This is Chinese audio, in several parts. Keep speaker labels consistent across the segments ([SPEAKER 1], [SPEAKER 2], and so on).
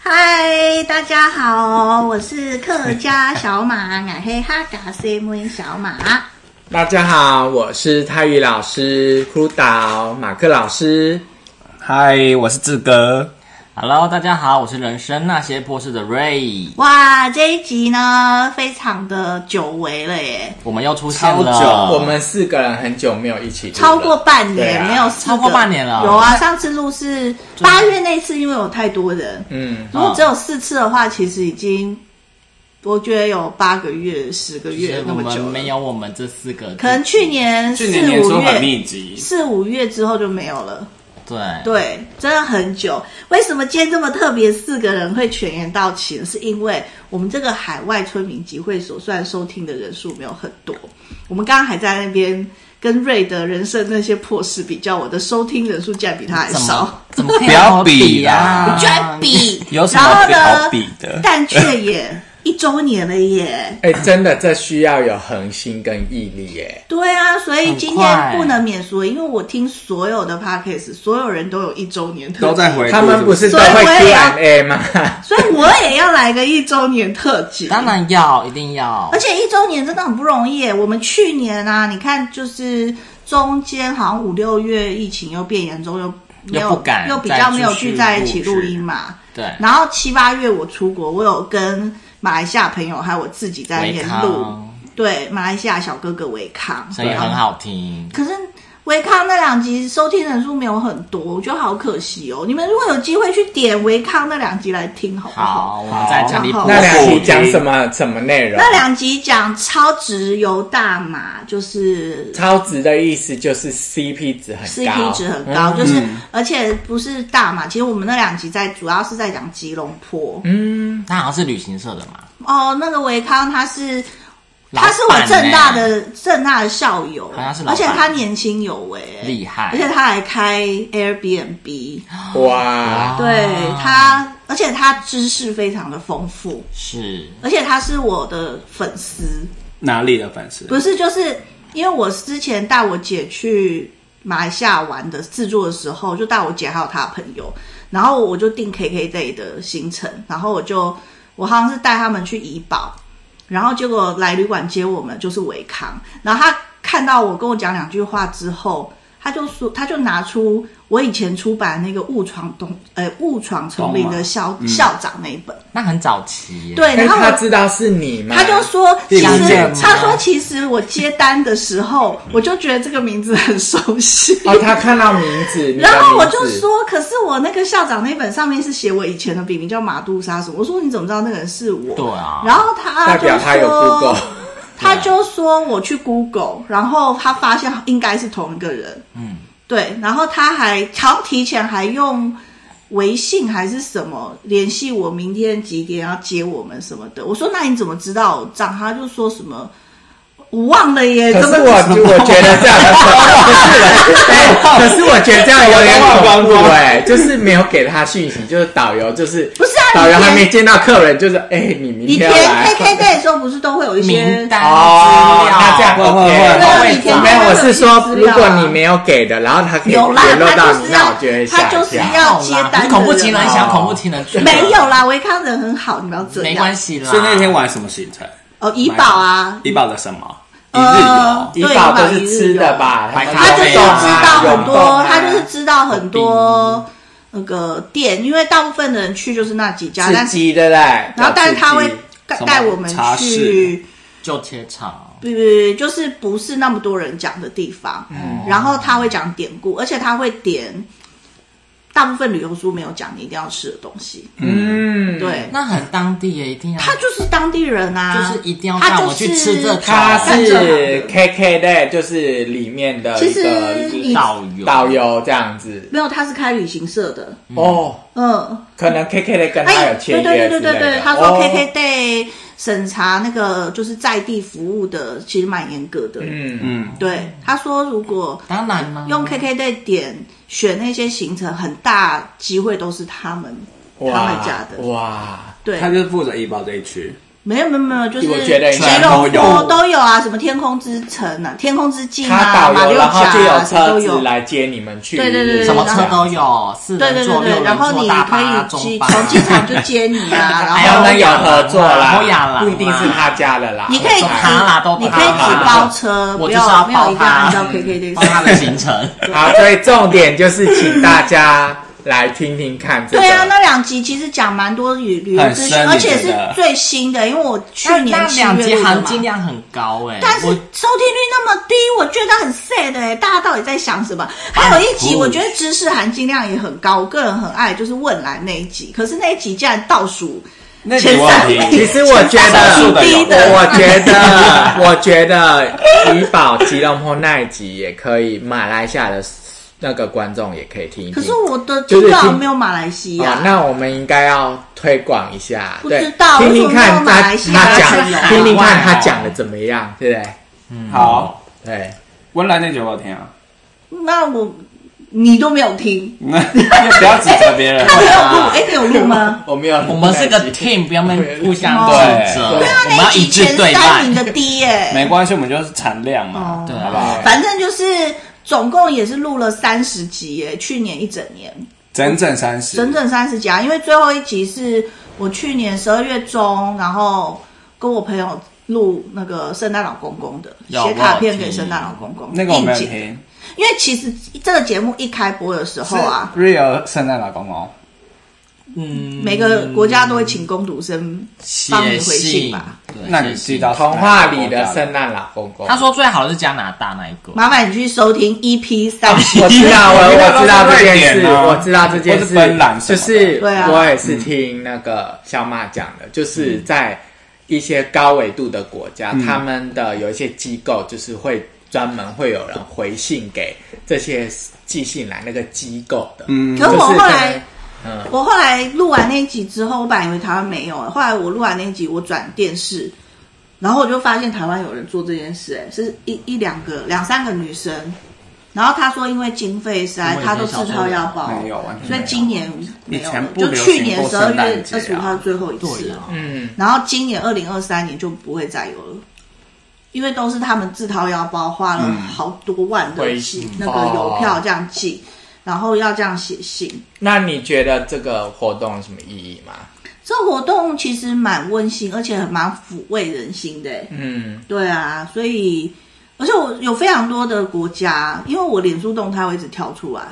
[SPEAKER 1] 嗨，大家好，我是客家小马，俺黑哈嘎 C 妹小马。
[SPEAKER 2] 大家好，我是泰语老师枯岛马克老师。
[SPEAKER 3] 嗨，我是志哥。
[SPEAKER 4] Hello，大家好，我是人生那些破事的 Ray，
[SPEAKER 1] 哇，这一集呢，非常的久违了耶，
[SPEAKER 4] 我们又出现
[SPEAKER 2] 久，
[SPEAKER 4] 了，
[SPEAKER 2] 我们四个人很久没有一起录了
[SPEAKER 1] 超过半年、
[SPEAKER 2] 对啊
[SPEAKER 1] 没有四个
[SPEAKER 4] 超过半年了
[SPEAKER 1] 有啊，上次录是八月那次，因为有太多人，
[SPEAKER 2] 嗯，
[SPEAKER 1] 如果只有四次的话，其实已经我觉得有八个月、十个
[SPEAKER 4] 就是
[SPEAKER 1] 月那
[SPEAKER 4] 我
[SPEAKER 1] 么
[SPEAKER 4] 们
[SPEAKER 1] 久了
[SPEAKER 4] 没有我们这四个，
[SPEAKER 1] 可能去年四
[SPEAKER 3] 去年年初
[SPEAKER 1] 五
[SPEAKER 3] 很
[SPEAKER 1] 月
[SPEAKER 3] 密集，
[SPEAKER 1] 四五月之后就没有了。
[SPEAKER 4] 对
[SPEAKER 1] 对，真的很久。为什么今天这么特别？四个人会全员到齐呢？是因为我们这个海外村民集会所虽然收听的人数没有很多，我们刚刚还在那边跟瑞的人生那些破事比较，我的收听人数竟然比他还
[SPEAKER 4] 怎
[SPEAKER 1] 少
[SPEAKER 4] 么，怎么可以
[SPEAKER 3] 不要
[SPEAKER 4] 跟我比啊
[SPEAKER 3] 比
[SPEAKER 4] 呀？
[SPEAKER 1] 居然 比。
[SPEAKER 3] 有什
[SPEAKER 1] 然后
[SPEAKER 3] 么比
[SPEAKER 1] 呢
[SPEAKER 3] 好比的？
[SPEAKER 1] 但却也一周年了耶。
[SPEAKER 2] 哎、真的，这需要有恒心跟毅力耶。
[SPEAKER 1] 对啊，所以
[SPEAKER 4] 很
[SPEAKER 1] 今
[SPEAKER 4] 快
[SPEAKER 1] 天不能免俗，因为我听所有的 podcast，所有人都有一周年特辑，
[SPEAKER 3] 都在回顾
[SPEAKER 2] 他们不是都会
[SPEAKER 1] 所以我也要
[SPEAKER 2] Q&A 吗？
[SPEAKER 1] 所以我也要来个一周年特辑。
[SPEAKER 4] 当然要，一定要
[SPEAKER 1] 而，且一周年真的很不容易耶。我们去年啊，你看就是中间好像五六月疫情又变严重，又没有
[SPEAKER 4] 又不敢
[SPEAKER 1] 又比较没有
[SPEAKER 4] 再出去
[SPEAKER 1] 聚在一起
[SPEAKER 4] 录制
[SPEAKER 1] 录音嘛。
[SPEAKER 4] 对，
[SPEAKER 1] 然后七八月我出国，我有跟马来西亚朋友还有我自己在那
[SPEAKER 4] 维
[SPEAKER 1] 边录，
[SPEAKER 4] 康
[SPEAKER 1] 对马来西亚小哥哥维康，
[SPEAKER 4] 声音很好听，
[SPEAKER 1] 可是维康那两集收听人数没有很多，我觉得好可惜哦。你们如果有机会去点维康那两集来听，好不
[SPEAKER 4] 好，我们在这里
[SPEAKER 1] 好
[SPEAKER 4] 补
[SPEAKER 2] 那两
[SPEAKER 4] 录
[SPEAKER 2] 期讲什么什么内容？
[SPEAKER 1] 那两集讲超值游大马，就是
[SPEAKER 2] 超值的意思就是 CP 值很高嗯
[SPEAKER 1] CP 值很高，就是
[SPEAKER 4] 嗯
[SPEAKER 1] 而且不是大马，其实我们那两集在主要是在讲吉隆坡。
[SPEAKER 2] 嗯，
[SPEAKER 4] 他好像是旅行社的嘛，
[SPEAKER 1] 哦，那个维康他是
[SPEAKER 4] 老
[SPEAKER 1] 他是我
[SPEAKER 4] 板
[SPEAKER 1] 正大
[SPEAKER 4] 呢
[SPEAKER 1] 的正大的校友
[SPEAKER 4] 好像是，老
[SPEAKER 1] 而
[SPEAKER 4] 板
[SPEAKER 1] 且他年轻有为、
[SPEAKER 4] 厉害
[SPEAKER 1] 而且他还开 Airbnb，、
[SPEAKER 2] 哇，
[SPEAKER 4] 哦
[SPEAKER 1] 对他，而且他知识非常的丰富，
[SPEAKER 4] 是
[SPEAKER 1] 而且他是我的粉丝，
[SPEAKER 3] 哪里的粉丝？
[SPEAKER 1] 不是，就是因为我之前带我姐去马来西亚玩的自助的时候，就带我姐还有她的朋友，然后我就订 KK day 的行程，然后我就我好像是带他们去怡保，然后结果来旅馆接我们就是维康，然后他看到我跟我讲两句话之后。他就说，他就拿出我以前出版那个《误闯东》呃，《误闯丛林》的校、校长那一本，
[SPEAKER 4] 那很早期耶，
[SPEAKER 1] 对，
[SPEAKER 2] 但
[SPEAKER 1] 然后我
[SPEAKER 2] 哎他知道是你吗？
[SPEAKER 1] 他就说，其
[SPEAKER 3] 第五
[SPEAKER 1] 实
[SPEAKER 3] 件吗
[SPEAKER 1] 他说，其实我接单的时候，我就觉得这个名字很熟悉。
[SPEAKER 2] 哦，他看到名字，你的
[SPEAKER 1] 然后我
[SPEAKER 2] 名
[SPEAKER 1] 就
[SPEAKER 2] 字
[SPEAKER 1] 说，可是我那个校长那本上面是写我以前的笔名叫马杜莎什么，我说你怎么知道那个人是我？
[SPEAKER 4] 对啊
[SPEAKER 1] 然后他
[SPEAKER 2] 代
[SPEAKER 1] 就
[SPEAKER 2] 表他有
[SPEAKER 1] 说
[SPEAKER 2] Google，，
[SPEAKER 1] 他就说我去 Google，然后他发现应该是同一个人。
[SPEAKER 4] 嗯，
[SPEAKER 1] 对，然后他还好像提前还用微信还是什么联系我，明天几点要接我们什么的。我说那你怎么知道我账？他就说什么我忘了耶，
[SPEAKER 2] 可
[SPEAKER 1] 怎么
[SPEAKER 2] 是我我觉得这样的不是哎，可是我觉得这样有点恐怖哎，就是没有给他讯息，就是导游就是
[SPEAKER 1] 不是啊
[SPEAKER 2] 导游
[SPEAKER 1] 你
[SPEAKER 2] 还
[SPEAKER 1] 填
[SPEAKER 2] 没见到客人，就是哎，你明
[SPEAKER 1] 你
[SPEAKER 2] 天
[SPEAKER 1] 填
[SPEAKER 2] 要来
[SPEAKER 1] KK day 的时候不是都会有一些
[SPEAKER 4] 名单
[SPEAKER 2] 哦
[SPEAKER 4] 资，料
[SPEAKER 2] 那这样
[SPEAKER 3] 会
[SPEAKER 2] OK，
[SPEAKER 3] 会
[SPEAKER 1] 会
[SPEAKER 2] 我
[SPEAKER 1] 会填
[SPEAKER 2] 没有，我是说
[SPEAKER 1] 会有
[SPEAKER 2] 如
[SPEAKER 1] 填
[SPEAKER 2] 果
[SPEAKER 1] 资料
[SPEAKER 2] 你没有给的，然后他可以
[SPEAKER 1] 有啦
[SPEAKER 2] 联络到
[SPEAKER 1] 他就
[SPEAKER 2] 你，
[SPEAKER 1] 是要
[SPEAKER 2] 那我觉得吓
[SPEAKER 1] 他就
[SPEAKER 2] 一
[SPEAKER 1] 是
[SPEAKER 2] 跳。
[SPEAKER 1] 要
[SPEAKER 4] 好啦
[SPEAKER 1] 接单的
[SPEAKER 4] 你恐怖情
[SPEAKER 1] 人
[SPEAKER 4] 人
[SPEAKER 1] 啊
[SPEAKER 4] 想恐怖情人去了
[SPEAKER 1] 没有啊啦，维康人很好，你不要这样。
[SPEAKER 4] 没关系啦，
[SPEAKER 3] 所以那天玩什么行程？
[SPEAKER 1] 哦，怡宝啊，
[SPEAKER 3] 怡宝的什么？一日
[SPEAKER 1] 呃
[SPEAKER 3] 游。
[SPEAKER 2] 怡宝都是吃的吧，
[SPEAKER 4] 对
[SPEAKER 1] 他就是知
[SPEAKER 2] 啊
[SPEAKER 4] 啊
[SPEAKER 1] 道很
[SPEAKER 2] 泳动
[SPEAKER 1] 多，
[SPEAKER 2] 啊
[SPEAKER 1] 他就是知道很多那个店，因为大部分的人去就是那几啊家，但
[SPEAKER 2] 吃
[SPEAKER 1] 是
[SPEAKER 2] 鸡对不对？
[SPEAKER 1] 然后但是他会
[SPEAKER 2] 吃鸡
[SPEAKER 1] 带
[SPEAKER 3] 什么
[SPEAKER 1] 带我们
[SPEAKER 3] 茶
[SPEAKER 1] 去
[SPEAKER 3] 室，
[SPEAKER 4] 就切场，
[SPEAKER 1] 不就是不是那么多人讲的地方，
[SPEAKER 4] 哦
[SPEAKER 1] 然后他会讲典故，而且他会点大部分旅游书没有讲你一定要吃的东西，
[SPEAKER 2] 嗯，
[SPEAKER 1] 对，
[SPEAKER 4] 那很当地耶，一定要
[SPEAKER 1] 他就是当地人啊，
[SPEAKER 4] 就是一定要
[SPEAKER 1] 他
[SPEAKER 4] 带
[SPEAKER 1] 就
[SPEAKER 4] 我去
[SPEAKER 1] 是
[SPEAKER 4] 吃这种
[SPEAKER 2] 他
[SPEAKER 1] 看着
[SPEAKER 2] 是 KK 的，就是里面的
[SPEAKER 1] 其
[SPEAKER 2] 一
[SPEAKER 1] 实你
[SPEAKER 2] 个
[SPEAKER 4] 导游
[SPEAKER 2] 导游这样子。
[SPEAKER 1] 没有，他是开旅行社的，
[SPEAKER 2] 哦，
[SPEAKER 1] 嗯。
[SPEAKER 2] 可能 KK 的跟他
[SPEAKER 1] 哎，
[SPEAKER 2] 有签
[SPEAKER 1] 对对
[SPEAKER 2] 约
[SPEAKER 1] 对
[SPEAKER 2] 之
[SPEAKER 1] 对
[SPEAKER 2] 类
[SPEAKER 1] 对
[SPEAKER 2] 的
[SPEAKER 1] 对，他说
[SPEAKER 2] 哦
[SPEAKER 1] KK Day 审查那个就是在地服务的，其实蛮严格的。
[SPEAKER 2] 嗯，
[SPEAKER 3] 嗯，
[SPEAKER 1] 对，他说如果
[SPEAKER 4] 当然啦，
[SPEAKER 1] 用 KK Day 点选那些行程，很大机会都是他们他
[SPEAKER 2] 哇
[SPEAKER 1] 们家的。
[SPEAKER 2] 哇，
[SPEAKER 1] 对
[SPEAKER 3] 他，就是负责怡宝这一区。
[SPEAKER 1] 没有没有没有，就是
[SPEAKER 2] 我觉得
[SPEAKER 1] 吉
[SPEAKER 2] 全
[SPEAKER 1] 隆
[SPEAKER 3] 都有
[SPEAKER 1] 坡都有啊，什么天空之城啊、天空之境啊、
[SPEAKER 2] 他
[SPEAKER 1] 马
[SPEAKER 2] 导游，
[SPEAKER 1] 六
[SPEAKER 2] 然
[SPEAKER 1] 甲
[SPEAKER 2] 后就
[SPEAKER 1] 啊，什么
[SPEAKER 2] 车
[SPEAKER 1] 都
[SPEAKER 2] 子
[SPEAKER 1] 有。
[SPEAKER 2] 来接你们去，
[SPEAKER 1] 对对对对
[SPEAKER 4] 什么车都有，四
[SPEAKER 1] 对
[SPEAKER 4] 人
[SPEAKER 1] 对
[SPEAKER 4] 座、
[SPEAKER 1] 对
[SPEAKER 4] 六
[SPEAKER 1] 对，然
[SPEAKER 4] 人
[SPEAKER 1] 后
[SPEAKER 4] 座、
[SPEAKER 1] 你
[SPEAKER 4] 大
[SPEAKER 1] 可
[SPEAKER 4] 巴、
[SPEAKER 1] 以机
[SPEAKER 4] 中巴，
[SPEAKER 1] 从机场就接你 啊，然
[SPEAKER 2] 他
[SPEAKER 4] 还有
[SPEAKER 1] 后
[SPEAKER 4] 那
[SPEAKER 2] 们有合作啦
[SPEAKER 4] 欧亚啦，
[SPEAKER 2] 不一定是他家的啦，
[SPEAKER 1] 啊你可以只
[SPEAKER 4] 都爬啦都爬啦
[SPEAKER 1] 你可以只包车，不
[SPEAKER 4] 我就是要
[SPEAKER 1] 要没有
[SPEAKER 4] 包
[SPEAKER 1] 一定要
[SPEAKER 4] 他
[SPEAKER 1] 按照 KK
[SPEAKER 4] 帮他
[SPEAKER 1] 的。
[SPEAKER 4] 的行程。
[SPEAKER 2] 好，所以重点就是请大家来听听看这个。
[SPEAKER 1] 对啊，那两集其实讲蛮多旅旅游资讯，
[SPEAKER 3] 很深
[SPEAKER 1] 而且是
[SPEAKER 3] 你觉得
[SPEAKER 1] 最新的，因为我 去
[SPEAKER 4] 那
[SPEAKER 1] 年
[SPEAKER 4] 那
[SPEAKER 1] 七
[SPEAKER 4] 两
[SPEAKER 1] 月
[SPEAKER 4] 集
[SPEAKER 1] 录的
[SPEAKER 4] 含
[SPEAKER 1] 嘛。
[SPEAKER 4] 金量很高哎、
[SPEAKER 1] 但是收
[SPEAKER 4] 我
[SPEAKER 1] 听率那么低，我觉得很 sad 哎、大家到底在想什么？还有一集，我觉得知识含金量也很高，我个人很爱，就是问来那一集。可是那一集竟然倒数
[SPEAKER 3] 那
[SPEAKER 1] 前
[SPEAKER 3] 你
[SPEAKER 1] 三
[SPEAKER 3] 问题，
[SPEAKER 2] 其实我 觉
[SPEAKER 3] 少数
[SPEAKER 2] 得，
[SPEAKER 3] 的有
[SPEAKER 1] 低
[SPEAKER 2] 我
[SPEAKER 1] 的，
[SPEAKER 2] 我觉得， 我觉得怡宝吉隆坡那一集也可以，马来西亚的那个观众也可以听一听。
[SPEAKER 1] 可是我的
[SPEAKER 2] 就
[SPEAKER 1] 听
[SPEAKER 2] 是
[SPEAKER 1] 众好像
[SPEAKER 2] 听
[SPEAKER 1] 没有马来西亚
[SPEAKER 2] 哦，，那我们应该要推广一下，
[SPEAKER 1] 不
[SPEAKER 2] 对
[SPEAKER 1] 知道
[SPEAKER 2] 听听
[SPEAKER 1] 为什么没
[SPEAKER 2] 看
[SPEAKER 1] 有
[SPEAKER 2] 他
[SPEAKER 1] 马来西亚
[SPEAKER 2] 他
[SPEAKER 1] 才有
[SPEAKER 2] 讲，
[SPEAKER 1] 啊
[SPEAKER 2] 听听看他讲的怎么样，对不对？
[SPEAKER 3] 好，
[SPEAKER 2] 对，
[SPEAKER 3] 温岚那集我有听啊，
[SPEAKER 1] 那我你都没有听，
[SPEAKER 3] 那不要指责 别人。
[SPEAKER 1] 他没有录，哎、你有录吗？
[SPEAKER 2] 我没有，
[SPEAKER 4] 我们是个 team，不要们互相
[SPEAKER 1] 对
[SPEAKER 4] 指责，
[SPEAKER 2] 对
[SPEAKER 1] 他
[SPEAKER 4] 我们
[SPEAKER 1] 那
[SPEAKER 4] 要
[SPEAKER 1] 一
[SPEAKER 4] 一
[SPEAKER 1] 集
[SPEAKER 4] 致
[SPEAKER 1] 前
[SPEAKER 4] 对
[SPEAKER 1] 三
[SPEAKER 4] 待
[SPEAKER 1] 名。的低耶、
[SPEAKER 3] 没关系，我们就是产量嘛，
[SPEAKER 1] 哦
[SPEAKER 4] 对
[SPEAKER 3] 好不
[SPEAKER 4] 啊，
[SPEAKER 3] 好？
[SPEAKER 1] 反正就是总共也是录了三十集耶、去年一整年。
[SPEAKER 3] 整整三十，
[SPEAKER 1] 整整三十集啊，因为最后一集是我去年十二月中，然后跟我朋友录那个圣诞老公公的，
[SPEAKER 4] 有
[SPEAKER 1] 写卡
[SPEAKER 4] 我有
[SPEAKER 1] 片给
[SPEAKER 4] 听
[SPEAKER 1] 圣诞老公公，
[SPEAKER 3] 那个我没有
[SPEAKER 1] 应景
[SPEAKER 3] 听，
[SPEAKER 1] 因为其实这个节目一开播的时
[SPEAKER 3] 是
[SPEAKER 1] 候啊，
[SPEAKER 3] Real 圣诞老公公，
[SPEAKER 4] 嗯，
[SPEAKER 1] 每个国家都会请攻读生帮你
[SPEAKER 4] 写
[SPEAKER 1] 回信
[SPEAKER 4] 信
[SPEAKER 1] 吧。
[SPEAKER 4] 对
[SPEAKER 3] 那你
[SPEAKER 4] 写信
[SPEAKER 3] 知道
[SPEAKER 2] 童话里的圣诞老公公。
[SPEAKER 4] 他说最好的是加拿大那一个，
[SPEAKER 1] 麻烦你去收听 EP 三十
[SPEAKER 2] 我，知道，我我知道这件
[SPEAKER 3] 瑞
[SPEAKER 2] 事，
[SPEAKER 3] 典啊
[SPEAKER 2] 我知道这件
[SPEAKER 3] 或
[SPEAKER 2] 事
[SPEAKER 3] 是芬兰，什
[SPEAKER 2] 就
[SPEAKER 3] 么的
[SPEAKER 2] 是
[SPEAKER 1] 对啊
[SPEAKER 2] 我也是听那个小马讲的，就是在一些高纬度的国家，
[SPEAKER 3] 嗯
[SPEAKER 2] 他们的有一些机构就是会专门会有人回信给这些寄信来那个机构的，
[SPEAKER 3] 嗯
[SPEAKER 1] 可是我后来。
[SPEAKER 2] 嗯
[SPEAKER 1] 我后来录完那一集之后，我本来以为台湾没有，后来我录完那一集，我转电视，然后我就发现台湾有人做这件事、哎，是一一两个两三个女生，然后她说因为经费实在，
[SPEAKER 4] 因为
[SPEAKER 1] 她都自掏腰包，
[SPEAKER 3] 没有，完
[SPEAKER 1] 哦
[SPEAKER 3] 全
[SPEAKER 1] 所以今年没有
[SPEAKER 3] 以前
[SPEAKER 1] 了，
[SPEAKER 3] 不
[SPEAKER 1] 就
[SPEAKER 3] 流
[SPEAKER 1] 去
[SPEAKER 3] 行
[SPEAKER 1] 年
[SPEAKER 3] 过
[SPEAKER 1] 十二
[SPEAKER 3] 圣诞
[SPEAKER 1] 月
[SPEAKER 3] 节
[SPEAKER 1] 二
[SPEAKER 3] 啊
[SPEAKER 1] 十五号最后一次
[SPEAKER 4] 对
[SPEAKER 1] 了，
[SPEAKER 4] 啊，
[SPEAKER 2] 嗯，
[SPEAKER 1] 然后今年二零二三年就不会再有了。因为都是他们自掏腰包，花
[SPEAKER 3] 嗯
[SPEAKER 1] 了好多万的
[SPEAKER 2] 回
[SPEAKER 1] 寄
[SPEAKER 2] 信
[SPEAKER 1] 那
[SPEAKER 3] 啊
[SPEAKER 1] 个邮票这样寄，然后要这样写信，
[SPEAKER 2] 那你觉得这个活动有什么意义吗？
[SPEAKER 1] 这活动其实蛮温馨，而且很蛮抚慰人心的欸。
[SPEAKER 2] 嗯，
[SPEAKER 1] 对啊，所以而且我有非常多的国家，因为我脸书动态会一直跳出来，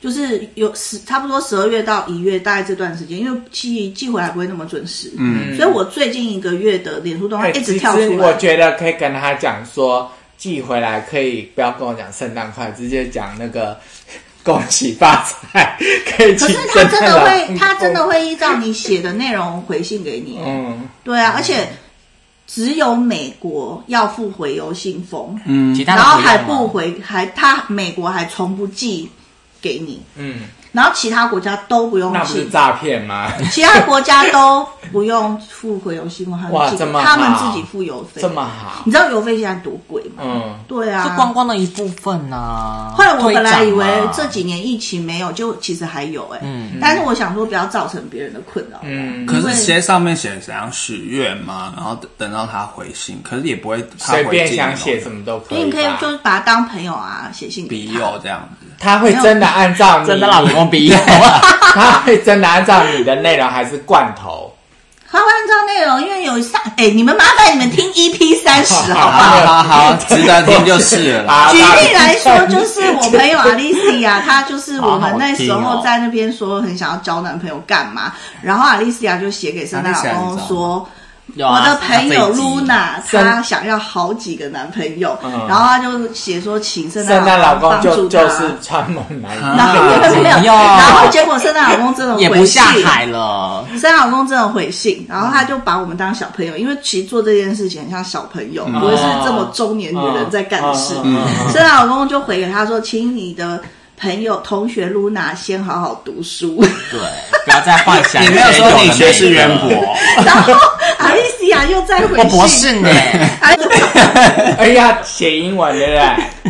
[SPEAKER 1] 就是有十差不多十二月到一月大概这段时间，因为寄寄回来不会那么准时，
[SPEAKER 3] 嗯，
[SPEAKER 1] 所以我最近一个月的脸书动态
[SPEAKER 2] 哎
[SPEAKER 1] 一直
[SPEAKER 2] 其
[SPEAKER 1] 跳
[SPEAKER 2] 实
[SPEAKER 1] 出
[SPEAKER 2] 我
[SPEAKER 1] 来。
[SPEAKER 2] 觉得可以跟他讲说，寄回来可以不要跟我讲圣诞快乐，直接讲那个 恭喜发财，可以
[SPEAKER 1] 可
[SPEAKER 2] 请
[SPEAKER 1] 是他
[SPEAKER 2] 圣
[SPEAKER 1] 真
[SPEAKER 2] 诞
[SPEAKER 1] 的
[SPEAKER 2] 老
[SPEAKER 1] 会，
[SPEAKER 2] 公
[SPEAKER 1] 他真的会依照你写的内容回信给你。
[SPEAKER 2] 哦嗯，
[SPEAKER 1] 对啊，而且只有美国要付回邮信封，
[SPEAKER 3] 嗯
[SPEAKER 4] 其，他的
[SPEAKER 1] 然后
[SPEAKER 4] 朋友
[SPEAKER 1] 还
[SPEAKER 4] 吗
[SPEAKER 1] 不回，还他美国还从不寄给你，
[SPEAKER 2] 嗯，
[SPEAKER 1] 然后其他国家都不用
[SPEAKER 2] 那不是
[SPEAKER 1] 寄，
[SPEAKER 2] 诈骗吗？
[SPEAKER 1] 其他国家都不用付回邮信费，他
[SPEAKER 2] 哇
[SPEAKER 1] 们
[SPEAKER 2] 这
[SPEAKER 1] 寄，
[SPEAKER 2] 么
[SPEAKER 1] 他们
[SPEAKER 2] 好
[SPEAKER 1] 自己付邮费
[SPEAKER 2] 这。么好，
[SPEAKER 1] 你知道邮费现在多贵吗？
[SPEAKER 2] 嗯，
[SPEAKER 1] 对
[SPEAKER 4] 是
[SPEAKER 1] 啊，
[SPEAKER 4] 观光的一部分呐、啊。
[SPEAKER 1] 后来我本来以为
[SPEAKER 4] 会涨啊
[SPEAKER 1] 这几年疫情没有，就其实还有哎、
[SPEAKER 4] 嗯
[SPEAKER 1] 但是我想说不要造成别人的困扰。
[SPEAKER 2] 嗯
[SPEAKER 3] 可是写上面写怎样许愿嘛，然后等等到他回信，可是也不会他
[SPEAKER 2] 随
[SPEAKER 3] 回
[SPEAKER 2] 便
[SPEAKER 3] 信
[SPEAKER 2] 想写什
[SPEAKER 3] 么
[SPEAKER 2] 么都可
[SPEAKER 1] 所以
[SPEAKER 2] 以
[SPEAKER 1] 你可以
[SPEAKER 2] 吧，
[SPEAKER 1] 就是把他当朋友啊，写信给
[SPEAKER 3] 笔
[SPEAKER 1] 他。
[SPEAKER 3] 友这样子，
[SPEAKER 2] 他会真的按照你
[SPEAKER 4] 真的老公比友
[SPEAKER 2] 他会真的按照你的内容还是罐头？
[SPEAKER 1] 他会按照内容，因为有上哎、你们麻烦你们听 EP 三十好不好？
[SPEAKER 3] 好好好，值得听就是了啦。
[SPEAKER 2] 啊
[SPEAKER 1] 举
[SPEAKER 2] 大
[SPEAKER 1] 例来 说，就是我朋友阿丽西亚，她就是我们那时
[SPEAKER 4] 好好听
[SPEAKER 1] 候
[SPEAKER 4] 哦
[SPEAKER 1] 在那边说很想要交男朋友干嘛，然后阿丽西亚就写给圣诞老公公说。
[SPEAKER 4] 有
[SPEAKER 1] 我
[SPEAKER 4] 啊
[SPEAKER 1] 的朋友露娜，
[SPEAKER 2] 生
[SPEAKER 1] 她想要好几个男朋友，
[SPEAKER 2] 嗯
[SPEAKER 1] 然后她就写说请圣
[SPEAKER 2] 圣
[SPEAKER 1] 诞
[SPEAKER 2] 诞老公
[SPEAKER 1] 帮
[SPEAKER 2] 就
[SPEAKER 1] 助她。
[SPEAKER 2] 就是穿猛男
[SPEAKER 3] 啊
[SPEAKER 2] 衣，
[SPEAKER 1] 然后没有，
[SPEAKER 4] 没有
[SPEAKER 1] 然后结果圣诞老公真的
[SPEAKER 4] 也
[SPEAKER 1] 回
[SPEAKER 4] 不
[SPEAKER 1] 信
[SPEAKER 4] 下，海了，
[SPEAKER 1] 圣诞老公真的回信，然后
[SPEAKER 2] 嗯
[SPEAKER 1] 他就把我们当小朋友，因为其实做这件事情很像小朋友，不会是这么中年女人在干的事。
[SPEAKER 2] 嗯嗯嗯 嗯
[SPEAKER 1] 圣诞啊老公就回给他说：“请你的朋友、同学露娜先好好读书。
[SPEAKER 4] 对，不要再幻想。
[SPEAKER 3] 你没有说你学识渊
[SPEAKER 4] 有的
[SPEAKER 3] 博，
[SPEAKER 1] 然后阿丽西亚哎又再回
[SPEAKER 4] 没的，我
[SPEAKER 1] 信，
[SPEAKER 4] 博士呢，
[SPEAKER 1] 哎
[SPEAKER 2] 哎呀，写英文对不对？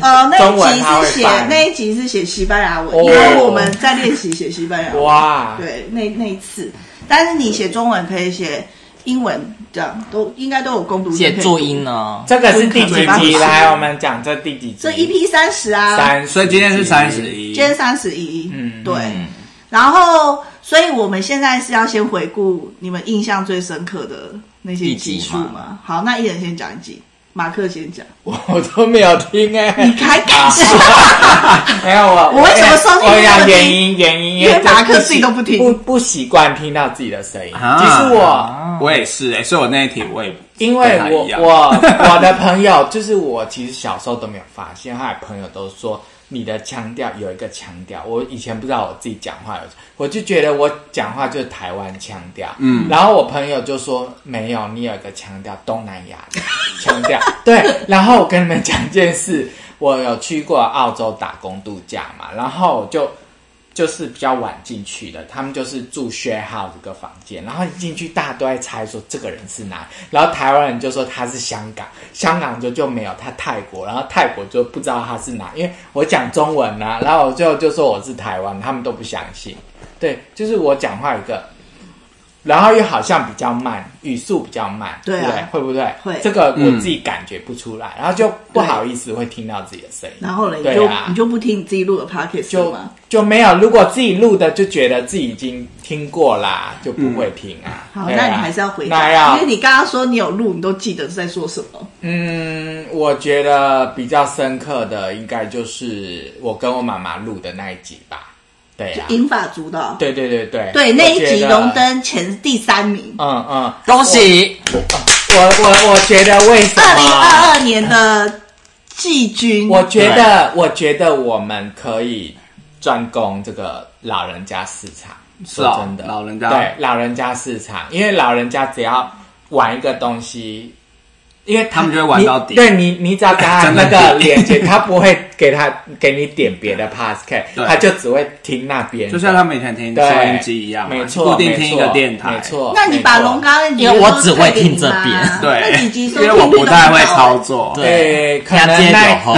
[SPEAKER 1] 呃，那
[SPEAKER 2] 中
[SPEAKER 1] 一
[SPEAKER 2] 文
[SPEAKER 1] 集
[SPEAKER 2] 他会
[SPEAKER 1] 是写
[SPEAKER 2] 翻
[SPEAKER 1] 那一集是写西班牙文，
[SPEAKER 2] 哦
[SPEAKER 1] 因为我们在练习写西班牙文。
[SPEAKER 2] 哇，
[SPEAKER 1] 对，那那一次，但是你写中文可以写英文这样都应该都有攻读生
[SPEAKER 4] 写
[SPEAKER 1] 可以
[SPEAKER 4] 作音呢？
[SPEAKER 2] 这个是第几
[SPEAKER 3] 不
[SPEAKER 2] 集？
[SPEAKER 3] 是
[SPEAKER 2] 来，我们讲这第几集？
[SPEAKER 1] 这 EP 三十啊，
[SPEAKER 2] 三，
[SPEAKER 3] 所以今天是三十。一
[SPEAKER 1] 今，天三十一，
[SPEAKER 2] 嗯
[SPEAKER 1] 对。然后，所以我们现在是要先回顾你们印象最深刻的那些
[SPEAKER 4] 一
[SPEAKER 1] 集
[SPEAKER 4] 集
[SPEAKER 1] 数
[SPEAKER 4] 嘛
[SPEAKER 1] 嘛？好，那一人先讲一集，马克先 讲。
[SPEAKER 2] 我都没有听 哎、
[SPEAKER 1] 你还敢说？
[SPEAKER 2] 啊没有我，
[SPEAKER 1] 我为什么收听
[SPEAKER 2] 我
[SPEAKER 1] 这
[SPEAKER 2] 讲
[SPEAKER 1] 个
[SPEAKER 2] 原因，原因
[SPEAKER 1] 因为
[SPEAKER 2] 这
[SPEAKER 1] 马克
[SPEAKER 2] 不
[SPEAKER 1] 自己都不听
[SPEAKER 2] 不不习惯听到自己的声音。
[SPEAKER 3] 啊
[SPEAKER 2] 其实我，
[SPEAKER 3] 我也是哎、所以我那一题我也
[SPEAKER 2] 因为
[SPEAKER 3] 跟他
[SPEAKER 2] 我
[SPEAKER 3] 一样
[SPEAKER 2] 我我的朋友，就是我其实小时候都没有发现，后来朋友都说你的腔调有一个腔调，我以前不知道我自己讲话有，我就觉得我讲话就是台湾腔调，嗯，然后我朋友就说没有，你有一个腔调东南亚的 腔调，对，然后我跟你们讲一件事，我有去过澳洲打工度假嘛，然后我就。就是比较晚进去的，他们就是住 share house 一个房间，然后一进去大家都在猜说这个人是哪，然后台湾人就说他是香港，香港就就没有他泰国，然后泰国就不知道他是哪，因为我讲中文啊，然后我最后就说我是台湾，他们都不相信，对，就是我讲话有一个，然后又好像比较慢，语速比较慢，
[SPEAKER 1] 对啊
[SPEAKER 2] 不会不对？
[SPEAKER 1] 会
[SPEAKER 2] 这个我自己感觉不出来，然后就不好意思会听到自己的声音，
[SPEAKER 1] 然后嘞，你
[SPEAKER 2] 对
[SPEAKER 1] 就、
[SPEAKER 2] 啊
[SPEAKER 1] 你就不听你自己录的 podcast 了
[SPEAKER 2] 就
[SPEAKER 1] 吗？
[SPEAKER 2] 就没有。如果自己录的，就觉得自己已经听过啦，就不会听啊。
[SPEAKER 1] 嗯好，
[SPEAKER 2] 对啊啊
[SPEAKER 1] 那你还是要回
[SPEAKER 2] 那
[SPEAKER 1] 答，
[SPEAKER 2] 要
[SPEAKER 1] 因为你刚刚说你有录，你都记得在说什么。
[SPEAKER 2] 嗯，我觉得比较深刻的应该就是我跟我妈妈录的那一集吧。对啊，
[SPEAKER 1] 英法主导，
[SPEAKER 2] 对对对对，
[SPEAKER 1] 对那一
[SPEAKER 2] 我觉
[SPEAKER 1] 集
[SPEAKER 2] 得
[SPEAKER 1] 荣。登前第三名，
[SPEAKER 2] 嗯嗯，
[SPEAKER 4] 恭喜！
[SPEAKER 2] 我我我觉得为什
[SPEAKER 1] 二零
[SPEAKER 2] 么？
[SPEAKER 1] 二二年的季军。
[SPEAKER 2] 我觉得我觉得我们可以专攻这个老人家市场。
[SPEAKER 3] 是哦
[SPEAKER 2] 说真的，
[SPEAKER 3] 老人家
[SPEAKER 2] 对老人家市场，因为老人家只要玩一个东西，因为
[SPEAKER 3] 他们就会玩
[SPEAKER 2] 你
[SPEAKER 3] 到底
[SPEAKER 2] 对你，你只要给他
[SPEAKER 3] 真的
[SPEAKER 2] 那个链接，他不会给他给你点别的 pass k
[SPEAKER 3] 对
[SPEAKER 2] 他就只会听那边的。
[SPEAKER 3] 就像他们以前听收
[SPEAKER 2] 对
[SPEAKER 3] 音机一样嘛，
[SPEAKER 2] 没错，
[SPEAKER 3] 固定听一个
[SPEAKER 2] 没错
[SPEAKER 3] 电台，
[SPEAKER 2] 没错。
[SPEAKER 1] 那你把
[SPEAKER 2] 没错
[SPEAKER 1] 龙刚刚
[SPEAKER 4] 哦因为我只会听这边
[SPEAKER 3] 对，
[SPEAKER 1] 那几集收听率
[SPEAKER 3] 因为
[SPEAKER 1] 都
[SPEAKER 3] 我
[SPEAKER 1] 很高
[SPEAKER 3] 不太会操作，
[SPEAKER 2] 对，可
[SPEAKER 4] 要接
[SPEAKER 2] 能
[SPEAKER 4] 酒
[SPEAKER 2] 那
[SPEAKER 4] 后，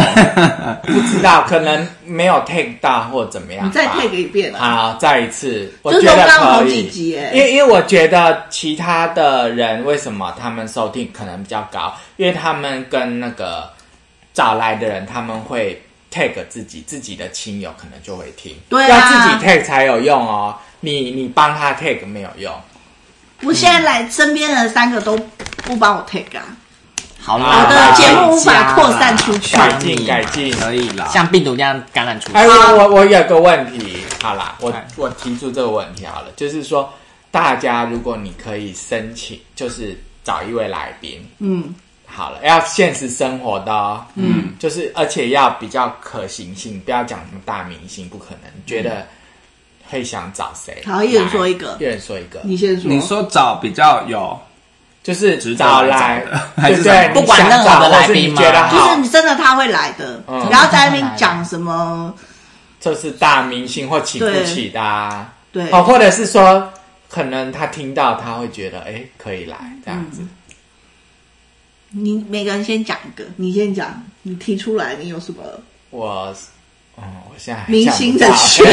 [SPEAKER 2] 不知道，可能没有 take 到或怎么样
[SPEAKER 1] 你
[SPEAKER 2] 吧。
[SPEAKER 1] 再 take 一遍啊！
[SPEAKER 2] 好，再一次，我
[SPEAKER 1] 就是
[SPEAKER 2] 觉得
[SPEAKER 1] 刚刚好
[SPEAKER 2] 可
[SPEAKER 1] 几
[SPEAKER 2] 以。
[SPEAKER 1] 集耶
[SPEAKER 2] 因为因为我觉得其他的人为什么他们收听可能比较高，因为他们跟那个找来的人他们会 tag 自己自己的亲友，可能就会听。
[SPEAKER 1] 对啊
[SPEAKER 2] 要自己 tag 才有用哦。你你帮他 tag 没有用。
[SPEAKER 1] 我现在来身边的三个都不帮我 take 啊，
[SPEAKER 4] 好
[SPEAKER 2] 好
[SPEAKER 4] 啦，
[SPEAKER 1] 我的节目无法扩散出去
[SPEAKER 2] 改
[SPEAKER 4] 帮你
[SPEAKER 2] 进
[SPEAKER 4] 嘛
[SPEAKER 2] 改进
[SPEAKER 3] 可以啦。
[SPEAKER 4] 像病毒那样感染出去。
[SPEAKER 2] 哎，我我我有个问题，好啦，我
[SPEAKER 4] 哎
[SPEAKER 2] 我提出这个问题好了，就是说，大家如果你可以申请，就是找一位来宾，
[SPEAKER 1] 嗯，
[SPEAKER 2] 好了，要现实生活的、哦，嗯，就是而且要比较可行性，不要讲什么大明星，不可能。你觉得会想找谁？
[SPEAKER 1] 嗯好一人说一个
[SPEAKER 2] 来一人说一个，
[SPEAKER 4] 嗯
[SPEAKER 1] 你先说。
[SPEAKER 3] 你说找比较有，
[SPEAKER 2] 就是
[SPEAKER 3] 值得
[SPEAKER 2] 找
[SPEAKER 3] 来
[SPEAKER 2] 来
[SPEAKER 3] 找的，还
[SPEAKER 2] 对
[SPEAKER 3] 是
[SPEAKER 2] 不
[SPEAKER 3] 什么
[SPEAKER 2] 对？
[SPEAKER 4] 不管任何的来宾
[SPEAKER 2] 你
[SPEAKER 4] 吗
[SPEAKER 2] 觉得
[SPEAKER 1] 就
[SPEAKER 2] 好
[SPEAKER 1] 是，你真的他会来的，
[SPEAKER 2] 嗯
[SPEAKER 1] 不要在那边讲什么
[SPEAKER 4] 嗯
[SPEAKER 2] 就是大明星或请不起的、啊。
[SPEAKER 1] 对
[SPEAKER 2] 哦，或者是说，可能他听到他会觉得，哎，可以来这样
[SPEAKER 1] 嗯
[SPEAKER 2] 子。
[SPEAKER 1] 你每个人先讲一个，你先讲，你提出来你有什么
[SPEAKER 2] 我，嗯，我现在还
[SPEAKER 1] 明
[SPEAKER 2] 想
[SPEAKER 1] 星
[SPEAKER 2] 不
[SPEAKER 1] 的
[SPEAKER 2] 到
[SPEAKER 1] 选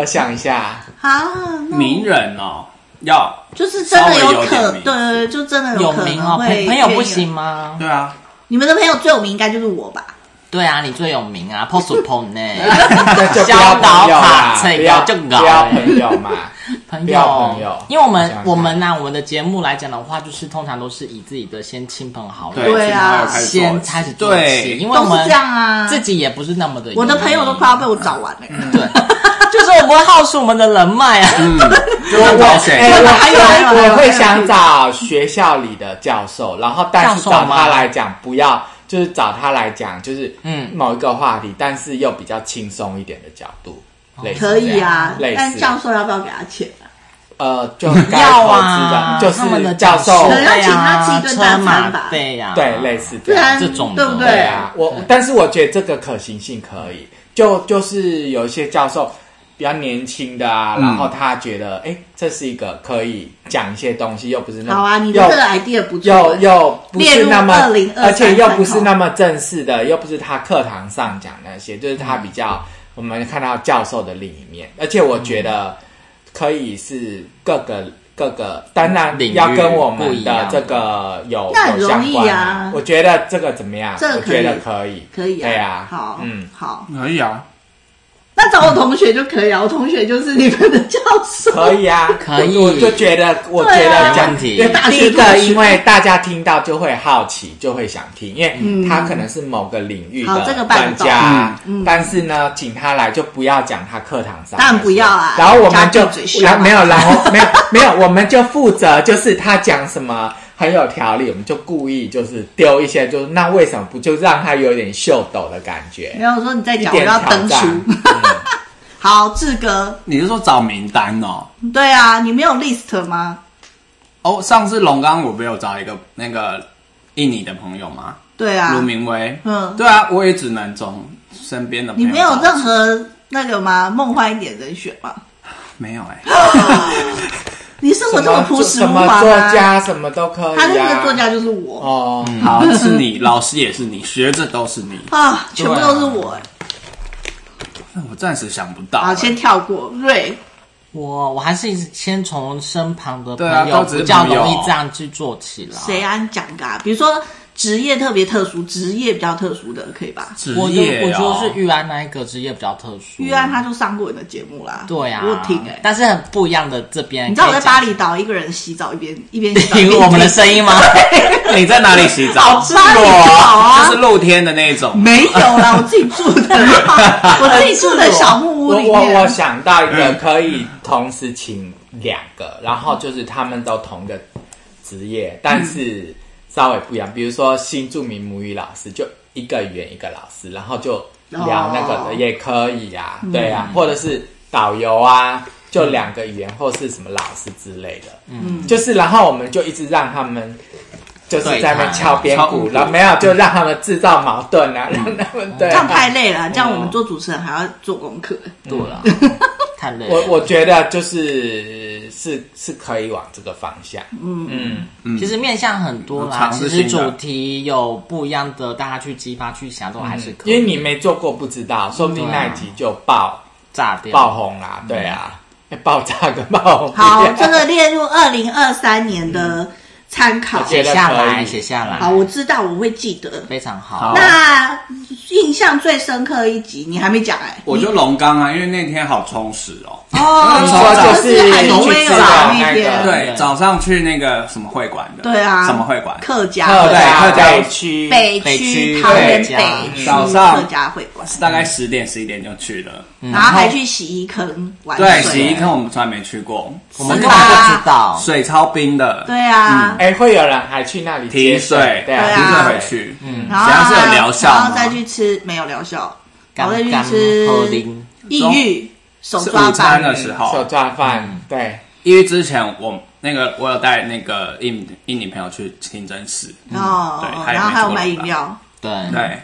[SPEAKER 2] 我想一下，
[SPEAKER 1] 啊？那
[SPEAKER 3] 名人哦，要
[SPEAKER 1] 就是真的
[SPEAKER 3] 稍微有
[SPEAKER 1] 可
[SPEAKER 3] 点名
[SPEAKER 1] 对，就真的
[SPEAKER 4] 有
[SPEAKER 1] 可
[SPEAKER 4] 名
[SPEAKER 1] 能
[SPEAKER 4] 哦，
[SPEAKER 1] 会
[SPEAKER 4] 朋朋友
[SPEAKER 1] 偏
[SPEAKER 4] 不
[SPEAKER 1] 有
[SPEAKER 4] 行。吗？
[SPEAKER 3] 对啊，
[SPEAKER 1] 你们的朋友最有名应该就是我吧？
[SPEAKER 4] 对啊，你最有名啊，post upon 呢，
[SPEAKER 2] 那就不要朋友啦，
[SPEAKER 4] 小岛卡这个
[SPEAKER 2] 不要
[SPEAKER 4] 就搞
[SPEAKER 2] 不要朋友嘛。
[SPEAKER 4] 朋
[SPEAKER 2] 不
[SPEAKER 4] 友，
[SPEAKER 2] 要朋友
[SPEAKER 4] 因为我
[SPEAKER 2] 我
[SPEAKER 4] 们
[SPEAKER 2] 想想
[SPEAKER 4] 我们呢、我们的节目来讲的话，就是通常都是以自己的先亲朋好友
[SPEAKER 1] 对啊
[SPEAKER 4] 先开始做起，
[SPEAKER 3] 对，
[SPEAKER 4] 因为
[SPEAKER 1] 都
[SPEAKER 4] 我
[SPEAKER 1] 是
[SPEAKER 4] 们
[SPEAKER 1] 这样啊。
[SPEAKER 4] 自己也不是那么的有名，
[SPEAKER 1] 我的朋友都快要被我找完了。
[SPEAKER 2] 嗯
[SPEAKER 4] 对，就是我不会耗损我们的人脉 啊。
[SPEAKER 3] 嗯， 就
[SPEAKER 2] 我
[SPEAKER 3] 问找
[SPEAKER 2] 哎
[SPEAKER 3] 谁？
[SPEAKER 1] 我
[SPEAKER 2] 我
[SPEAKER 1] 还有还有还有
[SPEAKER 2] 我会想找学校里的教授，然后但是
[SPEAKER 4] 教授
[SPEAKER 2] 找
[SPEAKER 4] 吗
[SPEAKER 2] 他来讲，不要就是找他来讲，就是
[SPEAKER 4] 嗯
[SPEAKER 2] 嗯某一个话题，但是又比较轻松一点的角度，类 似
[SPEAKER 1] 可以啊，
[SPEAKER 2] 这样类
[SPEAKER 1] 但
[SPEAKER 2] 似
[SPEAKER 1] 教授要不要给他钱啊？
[SPEAKER 2] 呃，就该
[SPEAKER 4] 要
[SPEAKER 2] 投
[SPEAKER 4] 啊，
[SPEAKER 2] 资的，就
[SPEAKER 4] 他们的
[SPEAKER 2] 是教授
[SPEAKER 1] 可能要
[SPEAKER 4] 对
[SPEAKER 1] 请他
[SPEAKER 4] 啊
[SPEAKER 1] 吃一顿
[SPEAKER 4] 车
[SPEAKER 1] 大餐
[SPEAKER 4] 马
[SPEAKER 1] 吧
[SPEAKER 4] 费呀，
[SPEAKER 2] 对类似
[SPEAKER 1] 不
[SPEAKER 2] 这样。
[SPEAKER 1] 啊然
[SPEAKER 4] 这种的
[SPEAKER 1] 对不
[SPEAKER 2] 对啊，我
[SPEAKER 4] 对
[SPEAKER 2] 但是我觉得这个可行性可以，就就是有一些教授比较年轻的啊，
[SPEAKER 3] 嗯
[SPEAKER 2] 然后他觉得哎，这是一个可以讲一些东西，又不是那么
[SPEAKER 1] 好啊，你的
[SPEAKER 2] 又
[SPEAKER 1] 这个 idea 不错。
[SPEAKER 2] 又又不
[SPEAKER 1] 列
[SPEAKER 2] 是
[SPEAKER 1] 入
[SPEAKER 2] 那么
[SPEAKER 1] 2023，
[SPEAKER 2] 而且又不是那么正式的，又不是他课堂上讲那些，就是他比较我们看到教授的另一面，而且我觉得可以是各个各个，当然
[SPEAKER 4] 领域
[SPEAKER 2] 要跟我
[SPEAKER 4] 不
[SPEAKER 2] 们
[SPEAKER 4] 一
[SPEAKER 2] 的
[SPEAKER 4] 样
[SPEAKER 2] 这个有
[SPEAKER 1] 那很
[SPEAKER 2] 有
[SPEAKER 1] 容
[SPEAKER 2] 相
[SPEAKER 1] 易
[SPEAKER 2] 关
[SPEAKER 1] 啊
[SPEAKER 2] 我觉得这个怎么样？
[SPEAKER 1] 这个
[SPEAKER 2] 我
[SPEAKER 1] 可以
[SPEAKER 2] 觉得可以，
[SPEAKER 1] 可以啊，
[SPEAKER 2] 对啊
[SPEAKER 1] 好，
[SPEAKER 2] 嗯，
[SPEAKER 1] 好，
[SPEAKER 3] 可以啊，
[SPEAKER 1] 那找我同学就可以啊，我同学就是你们的教授，
[SPEAKER 2] 可以啊，
[SPEAKER 4] 可以
[SPEAKER 2] 我我就觉得，我觉
[SPEAKER 1] 对啊
[SPEAKER 2] 得
[SPEAKER 4] 没问
[SPEAKER 2] 讲，
[SPEAKER 4] 题
[SPEAKER 2] 因为
[SPEAKER 1] 大学
[SPEAKER 2] 第一
[SPEAKER 1] 同
[SPEAKER 2] 个，
[SPEAKER 1] 学
[SPEAKER 2] 因为大家听到就会好奇，就会想听，因为他可能是某个领域
[SPEAKER 1] 好这个
[SPEAKER 2] 的
[SPEAKER 1] 办法
[SPEAKER 2] 专家，但是呢，请他来就不要讲他课堂上的事，
[SPEAKER 1] 当然不要啊
[SPEAKER 2] 然后我们就
[SPEAKER 1] 家境最，
[SPEAKER 2] 然
[SPEAKER 1] 凶啊
[SPEAKER 2] 后没有，然后没有 没有，我们就负责就是他讲什么。很有条理，我们就故意就是丢一些，就是那为什么不就让他有点秀逗的感觉？
[SPEAKER 1] 没有说你在
[SPEAKER 2] 一
[SPEAKER 1] 讲，我
[SPEAKER 2] 点
[SPEAKER 1] 要
[SPEAKER 2] 挑
[SPEAKER 1] 登
[SPEAKER 2] 战。嗯
[SPEAKER 1] 出， 好，志哥，
[SPEAKER 3] 你是说找名单哦？
[SPEAKER 1] 对啊，你没有 list 吗？
[SPEAKER 3] 哦，上次龙岗我不是有找一个那个印尼的朋友吗？
[SPEAKER 1] 对啊
[SPEAKER 3] 卢，明威，
[SPEAKER 1] 嗯
[SPEAKER 3] 对啊，我也只能从身边的朋
[SPEAKER 1] 你
[SPEAKER 3] 友
[SPEAKER 1] 没有
[SPEAKER 3] 找
[SPEAKER 1] 任何那个吗？梦幻一点人选吗？
[SPEAKER 3] 没有哎、
[SPEAKER 1] 你生活
[SPEAKER 2] 什
[SPEAKER 1] 这么
[SPEAKER 2] 么
[SPEAKER 1] 朴实
[SPEAKER 2] 什
[SPEAKER 1] 无
[SPEAKER 2] 么
[SPEAKER 1] 华
[SPEAKER 2] 作
[SPEAKER 1] 吗？
[SPEAKER 2] 家什么都可以、啊。
[SPEAKER 1] 他的那个作家就是我
[SPEAKER 2] 哦，
[SPEAKER 3] 嗯好，是你，老师也是你，学着都是你。
[SPEAKER 1] 啊，全部
[SPEAKER 2] 对啊
[SPEAKER 1] 都是我。哎
[SPEAKER 3] 那我暂时想不到、
[SPEAKER 1] 好，
[SPEAKER 3] 欸。
[SPEAKER 1] 先跳过瑞，
[SPEAKER 4] 我我还是先从身旁的
[SPEAKER 3] 对啊
[SPEAKER 4] 朋友
[SPEAKER 3] 都只
[SPEAKER 4] 比
[SPEAKER 3] 是
[SPEAKER 4] 较
[SPEAKER 3] 朋友
[SPEAKER 4] 容易这样去做起啦。
[SPEAKER 1] 谁啊？你讲一个啊，比如说职业特别特殊，职业比较特殊的可以吧？
[SPEAKER 3] 职
[SPEAKER 4] 我就
[SPEAKER 3] 业、
[SPEAKER 4] 我
[SPEAKER 3] 哦、
[SPEAKER 4] 就是玉安那一个职业比较特殊。
[SPEAKER 1] 玉安他就上过你的节目啦，
[SPEAKER 4] 对啊，
[SPEAKER 1] 我有听哎。
[SPEAKER 4] 但是很不一样的这边。
[SPEAKER 1] 你知道我在巴
[SPEAKER 4] 黎
[SPEAKER 1] 厘岛一个人洗澡，一边一边洗澡，一
[SPEAKER 4] 听
[SPEAKER 1] 边
[SPEAKER 4] 我们的声 音吗？
[SPEAKER 3] 你在哪里洗
[SPEAKER 1] 好
[SPEAKER 3] 澡？
[SPEAKER 1] 巴厘岛
[SPEAKER 3] 就
[SPEAKER 1] 啊
[SPEAKER 3] 是，露天的那一种。
[SPEAKER 1] 没有啦，我自己住的，我自己住的小木屋
[SPEAKER 2] 我
[SPEAKER 1] 里
[SPEAKER 2] 我我
[SPEAKER 1] 面。
[SPEAKER 2] 想到一个可以同时请两个，然后就是他们都同一个职业，但是稍微不一样。比如说新著名母语老师，就一个语言一个老师，然后就聊那个
[SPEAKER 1] 哦嗯
[SPEAKER 2] 的也可以啊，对啊，或者是导游啊。就两个语言或是什么老师之类的，嗯，就是然后我们就一直让他们就是在那边敲边鼓，
[SPEAKER 3] 对
[SPEAKER 2] 然后没有就让他们制造矛盾啊，让他们对啊，
[SPEAKER 1] 这样太累了，这样我们做主持人还要做功课。
[SPEAKER 4] 对了，太累了。
[SPEAKER 2] 我我觉得就是是是可以往这个方向，嗯嗯，
[SPEAKER 4] 其实面向很多啦，
[SPEAKER 3] 尝
[SPEAKER 4] 其
[SPEAKER 3] 试
[SPEAKER 4] 实
[SPEAKER 3] 性的
[SPEAKER 4] 主题有不一样的，大家去激发、去想，都还是可以。
[SPEAKER 2] 因为你没做过不知道，说不定那一集就爆、
[SPEAKER 4] 炸掉
[SPEAKER 2] 爆红啦，对啊，爆炸跟爆红不一样
[SPEAKER 1] 好， 这个列入二零二三年的参考。
[SPEAKER 2] 我觉
[SPEAKER 4] 写
[SPEAKER 2] 得
[SPEAKER 4] 下
[SPEAKER 2] 可
[SPEAKER 4] 来，
[SPEAKER 2] 以
[SPEAKER 4] 写下来，
[SPEAKER 1] 好，我知道，我会记得。
[SPEAKER 4] 非常
[SPEAKER 3] 好
[SPEAKER 4] 好。
[SPEAKER 1] 那印象最深刻一集你还没讲哎，
[SPEAKER 3] 我就龙岗啊，因为那天好充实哦。
[SPEAKER 1] 哦，
[SPEAKER 2] 你说
[SPEAKER 1] 这
[SPEAKER 2] 就是
[SPEAKER 1] 海挪威尔啊
[SPEAKER 2] 去吃的那
[SPEAKER 1] 那
[SPEAKER 2] 个
[SPEAKER 1] 天，
[SPEAKER 3] 对，
[SPEAKER 4] 嗯
[SPEAKER 3] 早上去那个什么会馆的，
[SPEAKER 1] 对啊，
[SPEAKER 3] 什么会馆？
[SPEAKER 1] 客家
[SPEAKER 2] 客家
[SPEAKER 3] 对客家
[SPEAKER 2] 啊北区
[SPEAKER 1] 北
[SPEAKER 4] 北
[SPEAKER 1] 区
[SPEAKER 4] 区
[SPEAKER 1] 桃园
[SPEAKER 4] 客家
[SPEAKER 1] 北区
[SPEAKER 3] 早上
[SPEAKER 1] 客家会馆，
[SPEAKER 3] 大概十点十一点就去了。
[SPEAKER 1] 然后还去洗衣坑玩
[SPEAKER 3] 对，
[SPEAKER 1] 水，
[SPEAKER 3] 洗衣坑我们从来没去过，
[SPEAKER 4] 我们
[SPEAKER 1] 是
[SPEAKER 4] 根本不
[SPEAKER 1] 吧
[SPEAKER 4] 知道，
[SPEAKER 3] 水超冰的，
[SPEAKER 1] 对
[SPEAKER 3] 嗯
[SPEAKER 1] 啊，
[SPEAKER 2] 哎、会有人还去那里接
[SPEAKER 3] 提水，
[SPEAKER 1] 对
[SPEAKER 2] 对啊，
[SPEAKER 1] 啊
[SPEAKER 3] 提水回去，嗯，
[SPEAKER 1] 然后
[SPEAKER 3] 然后是有疗效
[SPEAKER 1] 然后
[SPEAKER 3] 吗
[SPEAKER 1] 再去吃没有疗效，然
[SPEAKER 4] 刚
[SPEAKER 1] 后再去
[SPEAKER 4] 刚
[SPEAKER 1] 吃
[SPEAKER 4] 喝零，
[SPEAKER 1] 抑郁手
[SPEAKER 3] 是
[SPEAKER 1] 抓
[SPEAKER 3] 午
[SPEAKER 1] 板
[SPEAKER 3] 餐的时
[SPEAKER 2] 嗯手
[SPEAKER 3] 候，
[SPEAKER 2] 抓饭，对，
[SPEAKER 3] 因为之前我那个我有带那个印印尼朋友去清真寺，
[SPEAKER 1] 哦
[SPEAKER 3] 对，还有
[SPEAKER 1] 然后还有
[SPEAKER 3] 美国
[SPEAKER 1] 买
[SPEAKER 3] 的
[SPEAKER 1] 饮料，
[SPEAKER 4] 对
[SPEAKER 3] 对，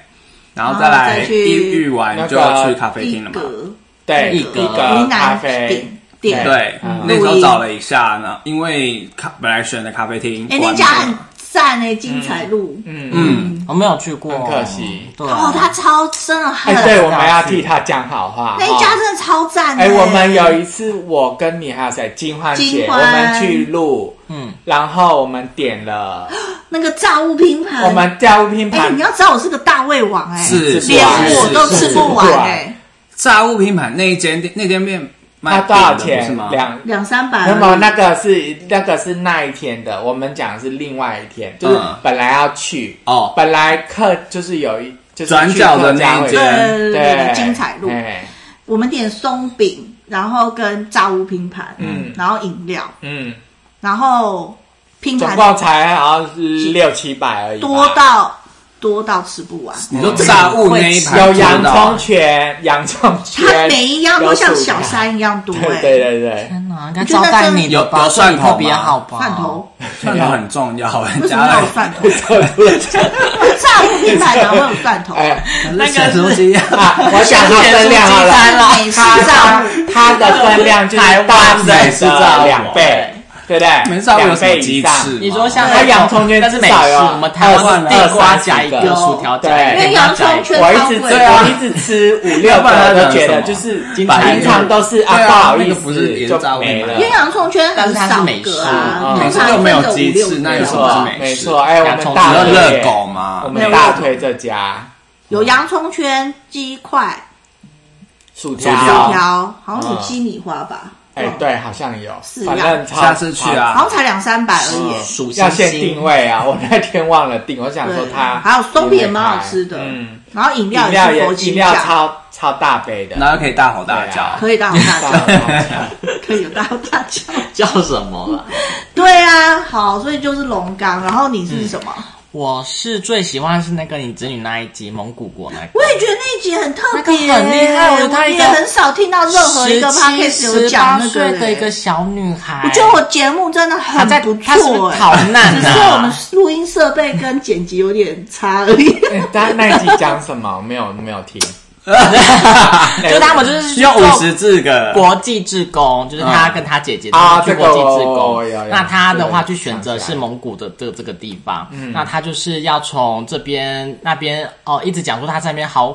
[SPEAKER 3] 然后再来
[SPEAKER 1] 然后再去
[SPEAKER 3] 抑郁完就要去咖啡厅了嘛，哎
[SPEAKER 1] 格
[SPEAKER 2] 对，
[SPEAKER 4] 一
[SPEAKER 2] 一
[SPEAKER 4] 格
[SPEAKER 2] 个
[SPEAKER 1] 云
[SPEAKER 2] 咖
[SPEAKER 1] 南
[SPEAKER 2] 啡，
[SPEAKER 1] 顶顶，
[SPEAKER 3] 对，那时候找了一下呢，因为咖本来选的咖啡厅，
[SPEAKER 1] 哎，那
[SPEAKER 3] 关
[SPEAKER 1] 家
[SPEAKER 3] 了
[SPEAKER 1] 很赞哎，精彩路，
[SPEAKER 2] 嗯，
[SPEAKER 3] 嗯，
[SPEAKER 4] 我没有去过，
[SPEAKER 2] 很可惜
[SPEAKER 4] 对，啊
[SPEAKER 1] 哦，他超真的
[SPEAKER 2] 哎、
[SPEAKER 1] 很，
[SPEAKER 2] 对，我们要替他讲好
[SPEAKER 1] 嗯
[SPEAKER 2] 话，
[SPEAKER 1] 那一
[SPEAKER 2] 哈
[SPEAKER 1] 家真的超赞的
[SPEAKER 2] 哎、我们有一次，我跟你还有谁，金欢姐，
[SPEAKER 1] 金
[SPEAKER 2] 我
[SPEAKER 1] 欢
[SPEAKER 2] 们去录，
[SPEAKER 4] 嗯，
[SPEAKER 2] 然后我们点了，
[SPEAKER 1] 那个炸物拼盘，
[SPEAKER 2] 我们掉物拼
[SPEAKER 1] 嗯哎，
[SPEAKER 2] 盘
[SPEAKER 1] 你，要知道我是个大胃王哎，
[SPEAKER 3] 是
[SPEAKER 2] 是
[SPEAKER 1] 连
[SPEAKER 2] 是
[SPEAKER 1] 我
[SPEAKER 2] 是
[SPEAKER 1] 都
[SPEAKER 2] 是
[SPEAKER 1] 吃不完
[SPEAKER 2] 是
[SPEAKER 1] 哎，
[SPEAKER 3] 炸物拼盘那一间店，那间店卖
[SPEAKER 2] 它多少
[SPEAKER 3] 饼的不是
[SPEAKER 2] 钱
[SPEAKER 3] 吗？？
[SPEAKER 2] 两。
[SPEAKER 1] 两三百
[SPEAKER 2] 那么
[SPEAKER 1] 而已，
[SPEAKER 2] 那个是那个是那一天的，我们讲的是另外一天，就是
[SPEAKER 3] 嗯
[SPEAKER 2] 本来要去，
[SPEAKER 3] 哦，
[SPEAKER 2] 本来客就是有一就是
[SPEAKER 3] 转
[SPEAKER 2] 去
[SPEAKER 3] 角的
[SPEAKER 2] 客家
[SPEAKER 3] 那一
[SPEAKER 2] 会
[SPEAKER 1] 对
[SPEAKER 3] 间
[SPEAKER 1] 对对对
[SPEAKER 2] 对
[SPEAKER 1] 对，精彩路，
[SPEAKER 2] 哎
[SPEAKER 1] 我们点松饼，然后跟炸物拼盘，嗯
[SPEAKER 2] 嗯，
[SPEAKER 1] 然后饮料，
[SPEAKER 2] 嗯，
[SPEAKER 1] 然后拼
[SPEAKER 2] 总
[SPEAKER 1] 盘
[SPEAKER 2] 共才好像是六七百而已吧，
[SPEAKER 1] 多到多到吃不完，
[SPEAKER 3] 你
[SPEAKER 2] 哦
[SPEAKER 3] 说炸物那一盘
[SPEAKER 2] 有洋
[SPEAKER 3] 真的哦
[SPEAKER 2] 葱圈、洋葱圈，
[SPEAKER 1] 它每一样都像
[SPEAKER 2] 有薯条
[SPEAKER 1] 小山一样多
[SPEAKER 2] 对
[SPEAKER 1] 哎，
[SPEAKER 2] 对对对，
[SPEAKER 4] 天哪，应该招待你的吧，
[SPEAKER 3] 有有蒜头吗
[SPEAKER 4] 特别好吧？
[SPEAKER 1] 蒜头
[SPEAKER 3] 蒜头很重要，
[SPEAKER 1] 为什
[SPEAKER 3] 加
[SPEAKER 1] 么要
[SPEAKER 3] 了
[SPEAKER 1] 有蒜头？炸物拼盘哪会有蒜头？
[SPEAKER 2] 哎，
[SPEAKER 3] 那个东西
[SPEAKER 2] 啊，我想它分量好
[SPEAKER 4] 啊
[SPEAKER 2] 了，
[SPEAKER 1] 美式炸
[SPEAKER 2] 它它它的分量就是大
[SPEAKER 3] 台湾
[SPEAKER 2] 美
[SPEAKER 3] 美
[SPEAKER 2] 式
[SPEAKER 3] 式
[SPEAKER 2] 炸
[SPEAKER 3] 炸
[SPEAKER 2] 两
[SPEAKER 3] 两
[SPEAKER 2] 倍
[SPEAKER 3] 倍，
[SPEAKER 2] 对不对？
[SPEAKER 3] 没事啊我有
[SPEAKER 2] 两倍
[SPEAKER 3] 什么
[SPEAKER 2] 以
[SPEAKER 3] 鸡
[SPEAKER 2] 上
[SPEAKER 3] 翅。
[SPEAKER 4] 你说像
[SPEAKER 2] 那洋葱圈
[SPEAKER 4] 但是
[SPEAKER 2] 至
[SPEAKER 4] 美
[SPEAKER 2] 少
[SPEAKER 4] 式，
[SPEAKER 2] 有
[SPEAKER 4] 我们台湾是
[SPEAKER 2] 二
[SPEAKER 4] 地瓜
[SPEAKER 2] 十
[SPEAKER 4] 夹一个
[SPEAKER 2] 几，个
[SPEAKER 4] 薯条夹
[SPEAKER 2] 对
[SPEAKER 4] 一个，
[SPEAKER 1] 因为洋葱 圈
[SPEAKER 2] 我一
[SPEAKER 1] 超
[SPEAKER 2] 直
[SPEAKER 1] 贵
[SPEAKER 2] 吃，我一直吃五六
[SPEAKER 3] 要不然
[SPEAKER 2] 个
[SPEAKER 3] 他
[SPEAKER 2] 都觉
[SPEAKER 3] 讲什
[SPEAKER 2] 得
[SPEAKER 3] 么
[SPEAKER 2] 就是
[SPEAKER 4] 金
[SPEAKER 2] 常
[SPEAKER 4] 蝉
[SPEAKER 2] 平常都是啊，
[SPEAKER 3] 对啊
[SPEAKER 2] 不好意
[SPEAKER 3] 那个不是
[SPEAKER 2] 思
[SPEAKER 3] 也是炸
[SPEAKER 2] 就
[SPEAKER 3] 物
[SPEAKER 2] 没
[SPEAKER 3] 面
[SPEAKER 2] 了
[SPEAKER 3] 吗
[SPEAKER 1] 因。为洋葱圈很少个啊，
[SPEAKER 2] 但
[SPEAKER 1] 通
[SPEAKER 2] 是
[SPEAKER 3] 它
[SPEAKER 1] 常分个五六
[SPEAKER 3] 是美式嗯美式又没有鸡翅那
[SPEAKER 2] 没
[SPEAKER 3] 有
[SPEAKER 1] 个
[SPEAKER 3] 什么
[SPEAKER 2] 错
[SPEAKER 3] 是，美
[SPEAKER 2] 没
[SPEAKER 3] 式
[SPEAKER 2] 错，哎，我
[SPEAKER 4] 洋
[SPEAKER 2] 们
[SPEAKER 4] 葱
[SPEAKER 2] 大
[SPEAKER 4] 你
[SPEAKER 3] 要
[SPEAKER 2] 推
[SPEAKER 3] 热狗吗
[SPEAKER 2] 我们大推这家
[SPEAKER 1] 有洋葱圈、鸡块、
[SPEAKER 2] 薯
[SPEAKER 3] 薯
[SPEAKER 1] 薯
[SPEAKER 3] 条
[SPEAKER 1] 条，好像有鸡米花吧？
[SPEAKER 2] 哎，对，好像有
[SPEAKER 1] 是，
[SPEAKER 2] 反
[SPEAKER 1] 呀
[SPEAKER 2] 正超
[SPEAKER 3] 下次去啊
[SPEAKER 1] 好像才两三百
[SPEAKER 2] 嗯
[SPEAKER 1] 而已。
[SPEAKER 4] 属星
[SPEAKER 2] 要先定
[SPEAKER 4] 星，
[SPEAKER 2] 位啊！我那天忘了定，我想说
[SPEAKER 1] 对，
[SPEAKER 2] 它
[SPEAKER 1] 还有松饼也蛮
[SPEAKER 2] 也会
[SPEAKER 1] 好
[SPEAKER 2] 开
[SPEAKER 1] 吃的
[SPEAKER 2] 嗯，，
[SPEAKER 1] 然后饮
[SPEAKER 2] 饮
[SPEAKER 1] 料
[SPEAKER 2] 料
[SPEAKER 1] 也是佛
[SPEAKER 2] 也饮
[SPEAKER 1] 心
[SPEAKER 2] 料
[SPEAKER 1] 价，
[SPEAKER 2] 超超大杯的，
[SPEAKER 3] 然后可以大吼大
[SPEAKER 2] 对啊
[SPEAKER 3] 叫，
[SPEAKER 1] 可以当大
[SPEAKER 2] 大
[SPEAKER 1] 家，
[SPEAKER 2] 大
[SPEAKER 1] 可以当大家。
[SPEAKER 4] 叫什么啊？
[SPEAKER 1] 对啊，好，所以就是龙岗，然后你是什么？
[SPEAKER 4] 我是最喜欢是那个你侄女那一集蒙古国那个，
[SPEAKER 1] 我也觉得那一集很特别，
[SPEAKER 4] 那个很厉害我觉得他一个
[SPEAKER 1] 也很少听到任何一个 podcast 有讲那
[SPEAKER 4] 17 18岁的一
[SPEAKER 1] 个
[SPEAKER 4] 个
[SPEAKER 1] 欸。
[SPEAKER 4] 小女孩，
[SPEAKER 1] 我觉得我节目真的
[SPEAKER 4] 她
[SPEAKER 1] 很
[SPEAKER 4] 在
[SPEAKER 1] 不
[SPEAKER 4] 她是不
[SPEAKER 1] 错
[SPEAKER 4] 是
[SPEAKER 1] 欸
[SPEAKER 4] 逃难
[SPEAKER 1] 只是我们
[SPEAKER 4] 啊，
[SPEAKER 1] 录音设备跟剪辑有点差而 已。
[SPEAKER 2] 哎但那一集讲什么？我没有没有听，
[SPEAKER 4] 就他们就是
[SPEAKER 3] 需要
[SPEAKER 4] 做
[SPEAKER 3] 五十字个，
[SPEAKER 4] 国际志工，就是他跟他姐姐
[SPEAKER 2] 啊
[SPEAKER 4] 去
[SPEAKER 2] 这个
[SPEAKER 4] 国际志
[SPEAKER 2] 我我
[SPEAKER 4] 工
[SPEAKER 2] 有有。
[SPEAKER 4] 那他的话
[SPEAKER 2] 对
[SPEAKER 4] 去选择
[SPEAKER 2] 想起
[SPEAKER 4] 是
[SPEAKER 2] 来
[SPEAKER 4] 蒙古的这这个地方，那他就是要从这边那边哦，一直讲说他在那边好，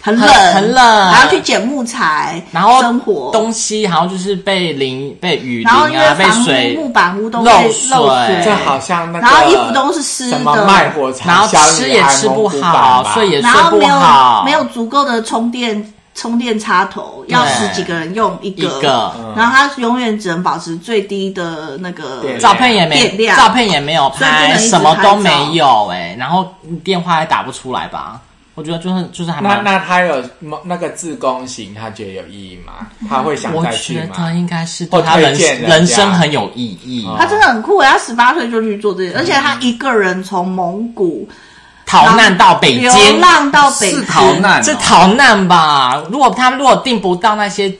[SPEAKER 1] 很
[SPEAKER 4] 很
[SPEAKER 1] 冷，
[SPEAKER 4] 很冷
[SPEAKER 1] 还要去捡木材，
[SPEAKER 4] 然后
[SPEAKER 1] 生火，
[SPEAKER 4] 东西好像就是被淋被雨淋
[SPEAKER 1] 然后因
[SPEAKER 4] 啊，
[SPEAKER 1] 为
[SPEAKER 4] 被
[SPEAKER 1] 房
[SPEAKER 4] 水
[SPEAKER 1] 屋木板屋都被
[SPEAKER 4] 漏水
[SPEAKER 1] 漏
[SPEAKER 2] 这好像那个，
[SPEAKER 1] 然后衣服都是湿
[SPEAKER 2] 什么
[SPEAKER 1] 的
[SPEAKER 2] 卖火柴，
[SPEAKER 4] 然后
[SPEAKER 2] 小
[SPEAKER 4] 吃
[SPEAKER 2] 女
[SPEAKER 4] 也
[SPEAKER 2] 孩
[SPEAKER 4] 吃不
[SPEAKER 2] 蒙古
[SPEAKER 4] 好
[SPEAKER 2] 板吧
[SPEAKER 4] 睡也
[SPEAKER 1] 然
[SPEAKER 4] 睡
[SPEAKER 1] 后
[SPEAKER 4] 不
[SPEAKER 1] 没
[SPEAKER 4] 好
[SPEAKER 1] 有，没有足够的充电充电插头，要
[SPEAKER 4] 对
[SPEAKER 1] 十几个人用一个，
[SPEAKER 4] 一个
[SPEAKER 1] 然后它永远只能保持最低的那个
[SPEAKER 2] 电量
[SPEAKER 4] 照片也
[SPEAKER 1] 电
[SPEAKER 4] 没
[SPEAKER 1] 量
[SPEAKER 4] 照片也没有
[SPEAKER 1] 所以不能
[SPEAKER 4] 拍，
[SPEAKER 1] 一直
[SPEAKER 4] 什么
[SPEAKER 1] 拍
[SPEAKER 4] 都
[SPEAKER 1] 照
[SPEAKER 4] 没有哎，然后电话也打不出来吧？我觉得就是就是还
[SPEAKER 2] 那
[SPEAKER 4] 蛮
[SPEAKER 2] 那他有那个自贡行，他觉得有意义吗？他会想
[SPEAKER 4] 我
[SPEAKER 2] 再去
[SPEAKER 4] 觉得
[SPEAKER 2] 吗？
[SPEAKER 4] 应该是
[SPEAKER 2] 或
[SPEAKER 4] 对他人
[SPEAKER 2] 推荐人家
[SPEAKER 4] 人生很有意义，
[SPEAKER 1] 他真的很酷，他十八岁就去做这些，而且他一个人从蒙古
[SPEAKER 4] 逃难到北
[SPEAKER 1] 流
[SPEAKER 4] 京，
[SPEAKER 1] 浪到北
[SPEAKER 3] 是
[SPEAKER 1] 京，
[SPEAKER 3] 逃难哦，
[SPEAKER 4] 这逃难吧？如果他如果订不到那些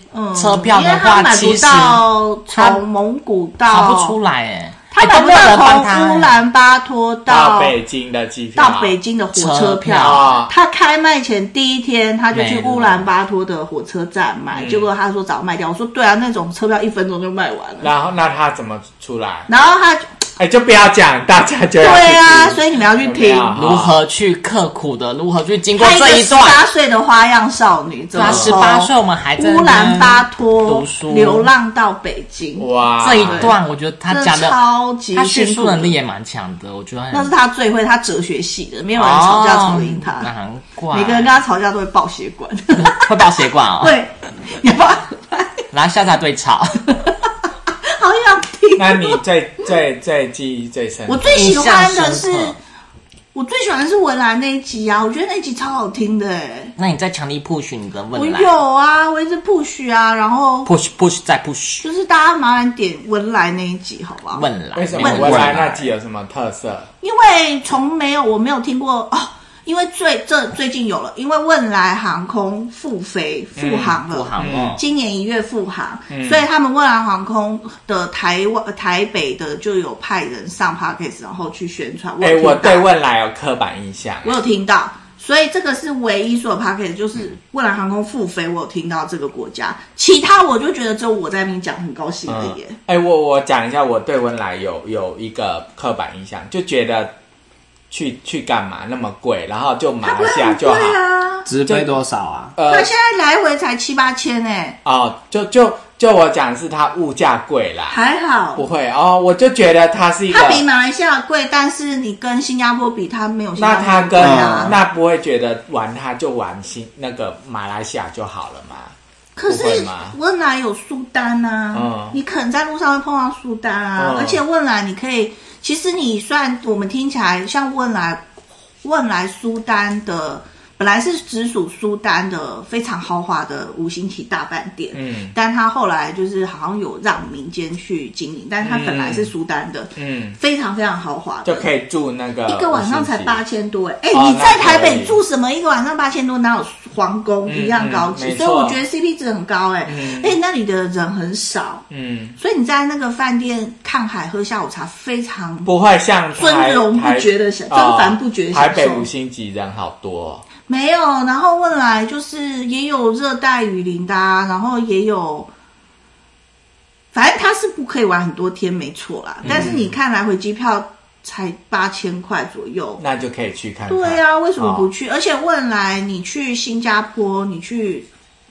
[SPEAKER 4] 车票
[SPEAKER 1] 嗯因为
[SPEAKER 4] 的
[SPEAKER 1] 他
[SPEAKER 4] 话，
[SPEAKER 1] 买不
[SPEAKER 4] 其实
[SPEAKER 1] 到从蒙古
[SPEAKER 4] 逃
[SPEAKER 1] 到
[SPEAKER 4] 不出来哎，
[SPEAKER 1] 他
[SPEAKER 4] 哎
[SPEAKER 1] 买
[SPEAKER 4] 都
[SPEAKER 1] 不
[SPEAKER 4] 没有
[SPEAKER 1] 到
[SPEAKER 4] 人帮
[SPEAKER 1] 从乌
[SPEAKER 4] 他哎。
[SPEAKER 1] 兰巴托
[SPEAKER 2] 到
[SPEAKER 1] 到
[SPEAKER 2] 北京的机票，
[SPEAKER 1] 到北京的火车
[SPEAKER 4] 啊车
[SPEAKER 1] 票
[SPEAKER 2] 票，
[SPEAKER 1] 他开卖前第一天他就去
[SPEAKER 4] 没了
[SPEAKER 1] 乌兰巴托的火车站买，
[SPEAKER 4] 嗯
[SPEAKER 1] 结果他说早卖掉，我说对啊，那种车票一分钟就卖完了。
[SPEAKER 2] 然后那他怎么出来？
[SPEAKER 4] 嗯
[SPEAKER 1] 然后他
[SPEAKER 2] 哎，就不要讲，大家就要
[SPEAKER 1] 对啊，
[SPEAKER 2] 去听
[SPEAKER 1] 所以你们要去听
[SPEAKER 2] 有没有
[SPEAKER 4] 如何去刻苦的，如何去经过
[SPEAKER 1] 他一个
[SPEAKER 4] 这一
[SPEAKER 1] 十
[SPEAKER 4] 段？
[SPEAKER 1] 八岁的花样少女，怎么
[SPEAKER 4] 他十八岁，我们还在
[SPEAKER 1] 从乌兰巴托
[SPEAKER 4] 读书
[SPEAKER 1] 流浪到北京，
[SPEAKER 2] 哇，
[SPEAKER 4] 这一段，我觉得他
[SPEAKER 1] 真
[SPEAKER 4] 讲
[SPEAKER 1] 的
[SPEAKER 4] 的，
[SPEAKER 1] 超级
[SPEAKER 4] 他叙
[SPEAKER 1] 辛
[SPEAKER 4] 述
[SPEAKER 1] 苦
[SPEAKER 4] 能力也蛮强的，我觉得很
[SPEAKER 1] 那是他最会，他哲学系的，没有人吵架吵赢
[SPEAKER 4] 哦
[SPEAKER 1] 他。
[SPEAKER 4] 难怪
[SPEAKER 1] 每个人跟他吵架都会爆血管，
[SPEAKER 4] 会爆血管哦。
[SPEAKER 1] 对，啊你爆，
[SPEAKER 4] 然后下次还对吵。
[SPEAKER 1] 好想听。
[SPEAKER 2] 那你最最最记忆最深刻，
[SPEAKER 1] 我最喜欢的是
[SPEAKER 4] 印象深刻，
[SPEAKER 1] 我最喜欢的是文兰那一集啊，我觉得那一集超好听的哎、
[SPEAKER 4] 那你在强力 push 你的
[SPEAKER 1] 我
[SPEAKER 4] 问来
[SPEAKER 1] 有啊，我一直 push 啊，然后
[SPEAKER 4] push push 再 push
[SPEAKER 1] 就是大家麻烦点文莱那一集，好不好？
[SPEAKER 4] 问来，
[SPEAKER 2] 为什么
[SPEAKER 1] 问
[SPEAKER 2] 我
[SPEAKER 1] 来
[SPEAKER 2] 来那集有什么特色？
[SPEAKER 1] 因为从没有我没有听过哦，因为最这最近有了，因为汶莱航空复飞
[SPEAKER 4] 嗯
[SPEAKER 1] 复航了，
[SPEAKER 4] 不好哦？
[SPEAKER 1] 今年一月复航，
[SPEAKER 2] 嗯
[SPEAKER 1] 所以他们蔚蓝航空的台湾呃台北的就有派人上 podcast，然后去宣传。
[SPEAKER 2] 哎，
[SPEAKER 1] 有听
[SPEAKER 2] 我
[SPEAKER 1] 到
[SPEAKER 2] 对汶莱有刻板印象，
[SPEAKER 1] 我有听到，所以这个是唯一所有 podcast，就是蔚蓝航空复飞，我有听到这个国家，其他我就觉得只有我在那边讲很高兴而
[SPEAKER 2] 嗯
[SPEAKER 1] 已耶。，
[SPEAKER 2] 哎、我我讲一下，我对文莱有有一个刻板印象，就觉得去去干嘛那么贵，然后就马
[SPEAKER 1] 它
[SPEAKER 2] 来
[SPEAKER 1] 不
[SPEAKER 2] 西
[SPEAKER 1] 会
[SPEAKER 2] 亚
[SPEAKER 1] 很
[SPEAKER 2] 就
[SPEAKER 1] 贵
[SPEAKER 2] 好，
[SPEAKER 1] 啊，
[SPEAKER 3] 直飞多少啊？
[SPEAKER 1] 它
[SPEAKER 2] 呃
[SPEAKER 1] 现在来回才七八千哎，
[SPEAKER 2] 哦，就就就我讲的是它物价贵啦，
[SPEAKER 1] 还好
[SPEAKER 2] 不。会哦，我就觉得它是一个
[SPEAKER 1] 它，比马来西亚贵，但是你跟新加坡比，它没有新加
[SPEAKER 2] 那它
[SPEAKER 1] 坡
[SPEAKER 2] 跟、
[SPEAKER 1] 贵啊。
[SPEAKER 2] 那不会觉得玩它就玩新那个马来西亚就好了嘛？
[SPEAKER 1] 可是
[SPEAKER 2] 不会吗
[SPEAKER 1] 汶莱有苏丹啊，
[SPEAKER 2] 嗯
[SPEAKER 1] 你可能在路上会碰到苏丹啊，
[SPEAKER 2] 嗯
[SPEAKER 1] 而且汶莱你可以，其实你虽然我们听起来像汶莱，汶莱苏丹的本来是直属苏丹的非常豪华的五星级大饭店，
[SPEAKER 2] 嗯
[SPEAKER 1] 但他后来就是好像有让民间去经营，但是他本来是苏丹的，
[SPEAKER 2] 嗯，
[SPEAKER 1] 非常非常豪华
[SPEAKER 2] 就
[SPEAKER 1] 的。
[SPEAKER 2] 可以住那个
[SPEAKER 1] 一个晚上
[SPEAKER 2] 五星
[SPEAKER 1] 才
[SPEAKER 2] 呃级
[SPEAKER 1] 八千多哎、哎、
[SPEAKER 2] 哦
[SPEAKER 1] 你在
[SPEAKER 2] 那
[SPEAKER 1] 台
[SPEAKER 2] 可
[SPEAKER 1] 北
[SPEAKER 2] 以
[SPEAKER 1] 住什么？一个晚上八千多，哪有皇宫一样高级？
[SPEAKER 2] 嗯嗯没
[SPEAKER 1] 所以我
[SPEAKER 2] 错
[SPEAKER 1] 觉得 CP 值很高哎、而且那里的人很少，
[SPEAKER 2] 嗯。
[SPEAKER 1] 所以你在那个饭店看海喝下午茶非常。
[SPEAKER 2] 不会像台
[SPEAKER 1] 尊荣
[SPEAKER 2] 台
[SPEAKER 1] 不觉得享
[SPEAKER 2] 哦
[SPEAKER 1] 尊凡不觉得享
[SPEAKER 2] 台北
[SPEAKER 1] 受
[SPEAKER 2] 五星级人好多、哦，
[SPEAKER 1] 没有，然后汶莱就是也有热带雨林的、啊，然后也有反正他是不可以玩很多天，没错啦。但是
[SPEAKER 2] 嗯
[SPEAKER 1] 你看来回机票才八千块左右，
[SPEAKER 2] 那就可以去看看。
[SPEAKER 1] 对啊呀、为什么不
[SPEAKER 2] 哦
[SPEAKER 1] 去？而且汶莱，你去新加坡，你去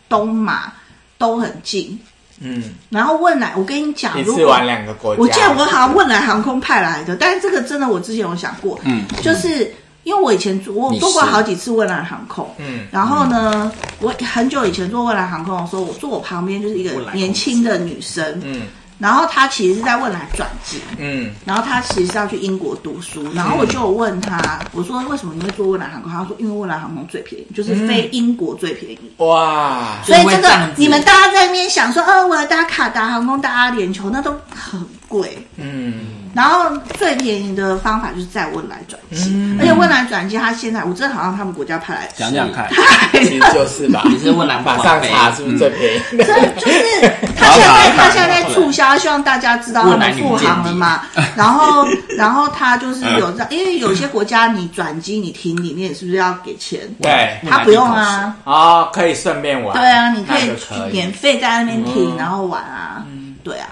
[SPEAKER 1] 东马都很近。
[SPEAKER 2] 嗯，
[SPEAKER 1] 然后汶莱，我跟你讲，
[SPEAKER 2] 一
[SPEAKER 1] 如
[SPEAKER 2] 次
[SPEAKER 1] 果
[SPEAKER 2] 玩两个国家，
[SPEAKER 1] 我记得我好像汶莱航空派来的，但是这个真的我之前有想过，嗯，就是因为我以前坐我
[SPEAKER 4] 你是
[SPEAKER 1] 坐过好几次汶莱航空，
[SPEAKER 2] 嗯
[SPEAKER 1] 然后呢，我很久以前坐汶莱航空的时候，我坐我旁边就是一个
[SPEAKER 3] 汶莱公司
[SPEAKER 1] 年轻的女生，
[SPEAKER 2] 嗯
[SPEAKER 1] 然后她其实是在汶莱转机，
[SPEAKER 2] 嗯，
[SPEAKER 1] 然后她其实是要去英国读书，然后我就有问她，我说为什么你会坐汶莱航空？她说因为汶莱航空最便宜，就是飞英国最便宜。
[SPEAKER 2] 嗯哇，
[SPEAKER 1] 所以
[SPEAKER 4] 就会
[SPEAKER 1] 这
[SPEAKER 4] 这
[SPEAKER 1] 个
[SPEAKER 4] 样子
[SPEAKER 1] 你们大家在那边想说，哦，我要搭卡达航空、搭阿联酋，那都很贵。
[SPEAKER 2] 嗯，
[SPEAKER 1] 然后最便宜的方法就是在汶莱转机，而且汶莱转机它现在我真的好像他们国家派来
[SPEAKER 3] 讲讲看，
[SPEAKER 2] 其实就是吧。
[SPEAKER 4] 你是问蓝
[SPEAKER 2] 马
[SPEAKER 4] 宝
[SPEAKER 2] 上
[SPEAKER 4] 贝，
[SPEAKER 2] 查是不是最便宜
[SPEAKER 1] 真
[SPEAKER 2] 的？
[SPEAKER 1] 的就是他现在他现在在促销，希望大家知道他们复航了 嘛。然后然后他就是有这，因为有些国家你转机你停里面是不是要给钱？
[SPEAKER 2] 对，
[SPEAKER 1] 他不用啊，
[SPEAKER 2] 哦，可以顺便玩。
[SPEAKER 1] 对啊，你可
[SPEAKER 2] 那
[SPEAKER 1] 以
[SPEAKER 2] 就可以嗯
[SPEAKER 1] 免费在那边停，然后玩啊，对啊，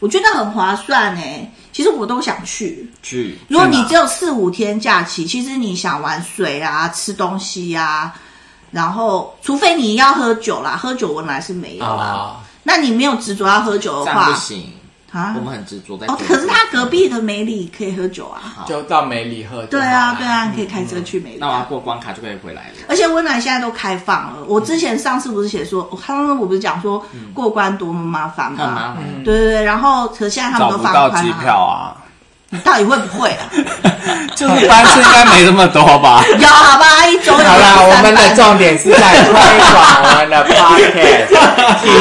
[SPEAKER 1] 我觉得很划算哎、其实我都想去，
[SPEAKER 4] 去
[SPEAKER 1] 如果你只有四五天假期，其实你想玩水啊、吃东西呀、然后除非你要喝酒啦，喝酒文来是没有啦。
[SPEAKER 2] 啊，
[SPEAKER 1] 那你没有执着要喝酒
[SPEAKER 4] 这
[SPEAKER 1] 的
[SPEAKER 4] 样不
[SPEAKER 1] 话
[SPEAKER 4] 行，
[SPEAKER 1] 啊
[SPEAKER 4] 我，们很执着在
[SPEAKER 1] 哦，
[SPEAKER 4] 这里。
[SPEAKER 1] 可是他隔壁的梅里可以喝酒啊。
[SPEAKER 2] 就到梅里喝。
[SPEAKER 1] 对啊，对，啊，你可以开车去梅里
[SPEAKER 4] 嗯那我要
[SPEAKER 1] 啊。
[SPEAKER 4] 过关卡就可以回来了。
[SPEAKER 1] 而且温暖现在都开放了。我之前上次不是写说，我刚刚我不是讲说过关多么麻烦
[SPEAKER 4] 很
[SPEAKER 1] 吗？
[SPEAKER 4] 麻烦，
[SPEAKER 1] 对对对，然后可现在他们
[SPEAKER 3] 找
[SPEAKER 1] 都
[SPEAKER 3] 不
[SPEAKER 1] 放
[SPEAKER 3] 到
[SPEAKER 1] 宽
[SPEAKER 3] 机
[SPEAKER 1] 了。
[SPEAKER 3] 票啊，
[SPEAKER 1] 你到底会不会啊？
[SPEAKER 3] 就是班次应该没这么多吧？
[SPEAKER 1] 有好吧，一周有
[SPEAKER 2] 好啦，
[SPEAKER 1] 三
[SPEAKER 2] 我们
[SPEAKER 1] 班
[SPEAKER 2] 的重点是在推广我们的 podcast。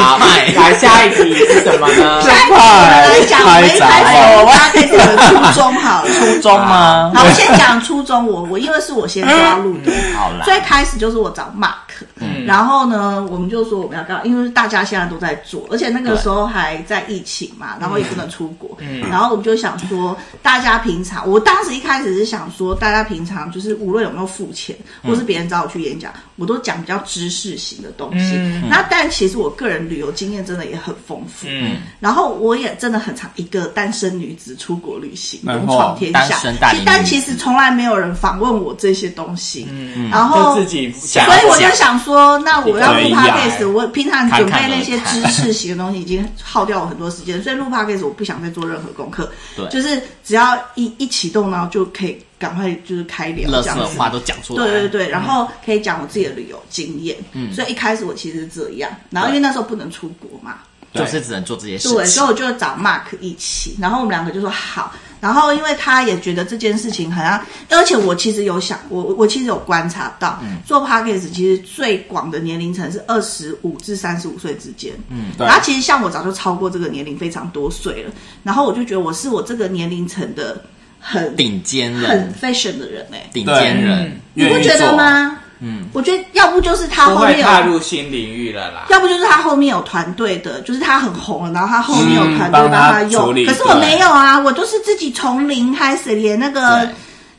[SPEAKER 2] 好，来下一题是什么呢？
[SPEAKER 1] 来讲，我们一开始我们开始的初衷好了。
[SPEAKER 4] 中吗？
[SPEAKER 1] 好，我先讲初衷。我我因为是我先说要录的，
[SPEAKER 4] 好啦，
[SPEAKER 1] 最开始就是我找 Mark，、然
[SPEAKER 4] 嗯
[SPEAKER 1] 后呢，我们就说我们要干嘛，因为大家现在都在做，而且那个时候还在疫情嘛，然后也不能出国，
[SPEAKER 4] 嗯
[SPEAKER 1] 然后我们就想说，大家平常，我当时一开始是想说，大家平常就是无论有没有付钱，
[SPEAKER 4] 嗯
[SPEAKER 1] 或是别人找我去演讲，我都讲比较知识型的东西。
[SPEAKER 4] 嗯
[SPEAKER 1] 那但其实我个人旅游经验真的也很丰富，
[SPEAKER 2] 嗯
[SPEAKER 1] 然后我也真的很常一个单身女子出国旅行，
[SPEAKER 3] 然
[SPEAKER 1] 勇
[SPEAKER 3] 后
[SPEAKER 1] 闯天
[SPEAKER 4] 单
[SPEAKER 1] 下
[SPEAKER 4] 身大。
[SPEAKER 1] 其
[SPEAKER 4] 龄女
[SPEAKER 1] 但
[SPEAKER 4] 子
[SPEAKER 1] 其实从来没有人访问我这些东西，
[SPEAKER 2] 嗯，
[SPEAKER 1] 然后
[SPEAKER 2] 就自己想
[SPEAKER 1] 所以我就
[SPEAKER 2] 讲
[SPEAKER 1] 想说，那我要录
[SPEAKER 3] 一个人
[SPEAKER 2] 哎
[SPEAKER 1] podcast，我平常准备
[SPEAKER 4] 侃侃而
[SPEAKER 1] 那些知
[SPEAKER 4] 谈
[SPEAKER 1] 识 型的东西已经耗掉我很多时间，所以录 podcast 我不想再做任何功课，
[SPEAKER 4] 对
[SPEAKER 1] 就是只要一一启动，然后就可以赶快就是开聊
[SPEAKER 4] 乐
[SPEAKER 1] 这
[SPEAKER 4] 色
[SPEAKER 1] 样
[SPEAKER 4] 的
[SPEAKER 1] 子。
[SPEAKER 4] 话都讲出来，
[SPEAKER 1] 对对
[SPEAKER 2] 嗯
[SPEAKER 1] 对，然后可以讲我自己的旅游经验，嗯，所以一开始我其实是这样，然后因为那时候不能出国嘛，
[SPEAKER 4] 就是只能做这些事
[SPEAKER 1] 对，
[SPEAKER 4] 情
[SPEAKER 1] 所以。我就找 Mark 一起，然后我们两个就说好。然后，因为他也觉得这件事情好像，而且我其实有想，我我其实有观察到，
[SPEAKER 4] 嗯
[SPEAKER 1] 做 podcast 其实最广的年龄层是二十五至三十五岁之间，嗯，
[SPEAKER 3] 对
[SPEAKER 1] 然后其实像我早就超过这个年龄非常多岁了，然后我就觉得我是我这个年龄层的很
[SPEAKER 4] 顶尖
[SPEAKER 1] 很
[SPEAKER 4] 人，
[SPEAKER 1] fashion 的人哎、欸，
[SPEAKER 4] 顶尖
[SPEAKER 2] 嗯
[SPEAKER 4] 人，
[SPEAKER 1] 你不
[SPEAKER 3] 愿意
[SPEAKER 1] 觉得
[SPEAKER 3] 做？
[SPEAKER 1] 吗？嗯，我觉得要不就是他
[SPEAKER 2] 不
[SPEAKER 1] 后
[SPEAKER 2] 会
[SPEAKER 1] 面有
[SPEAKER 2] 踏入新领域了啦。
[SPEAKER 1] 要不就是他后面有团队的，就是他很红了，然后他后面有团队
[SPEAKER 3] 嗯帮他
[SPEAKER 1] 他用。
[SPEAKER 3] 处理
[SPEAKER 1] 可是我没有啊，我都是自己从零开始，连那个
[SPEAKER 4] 对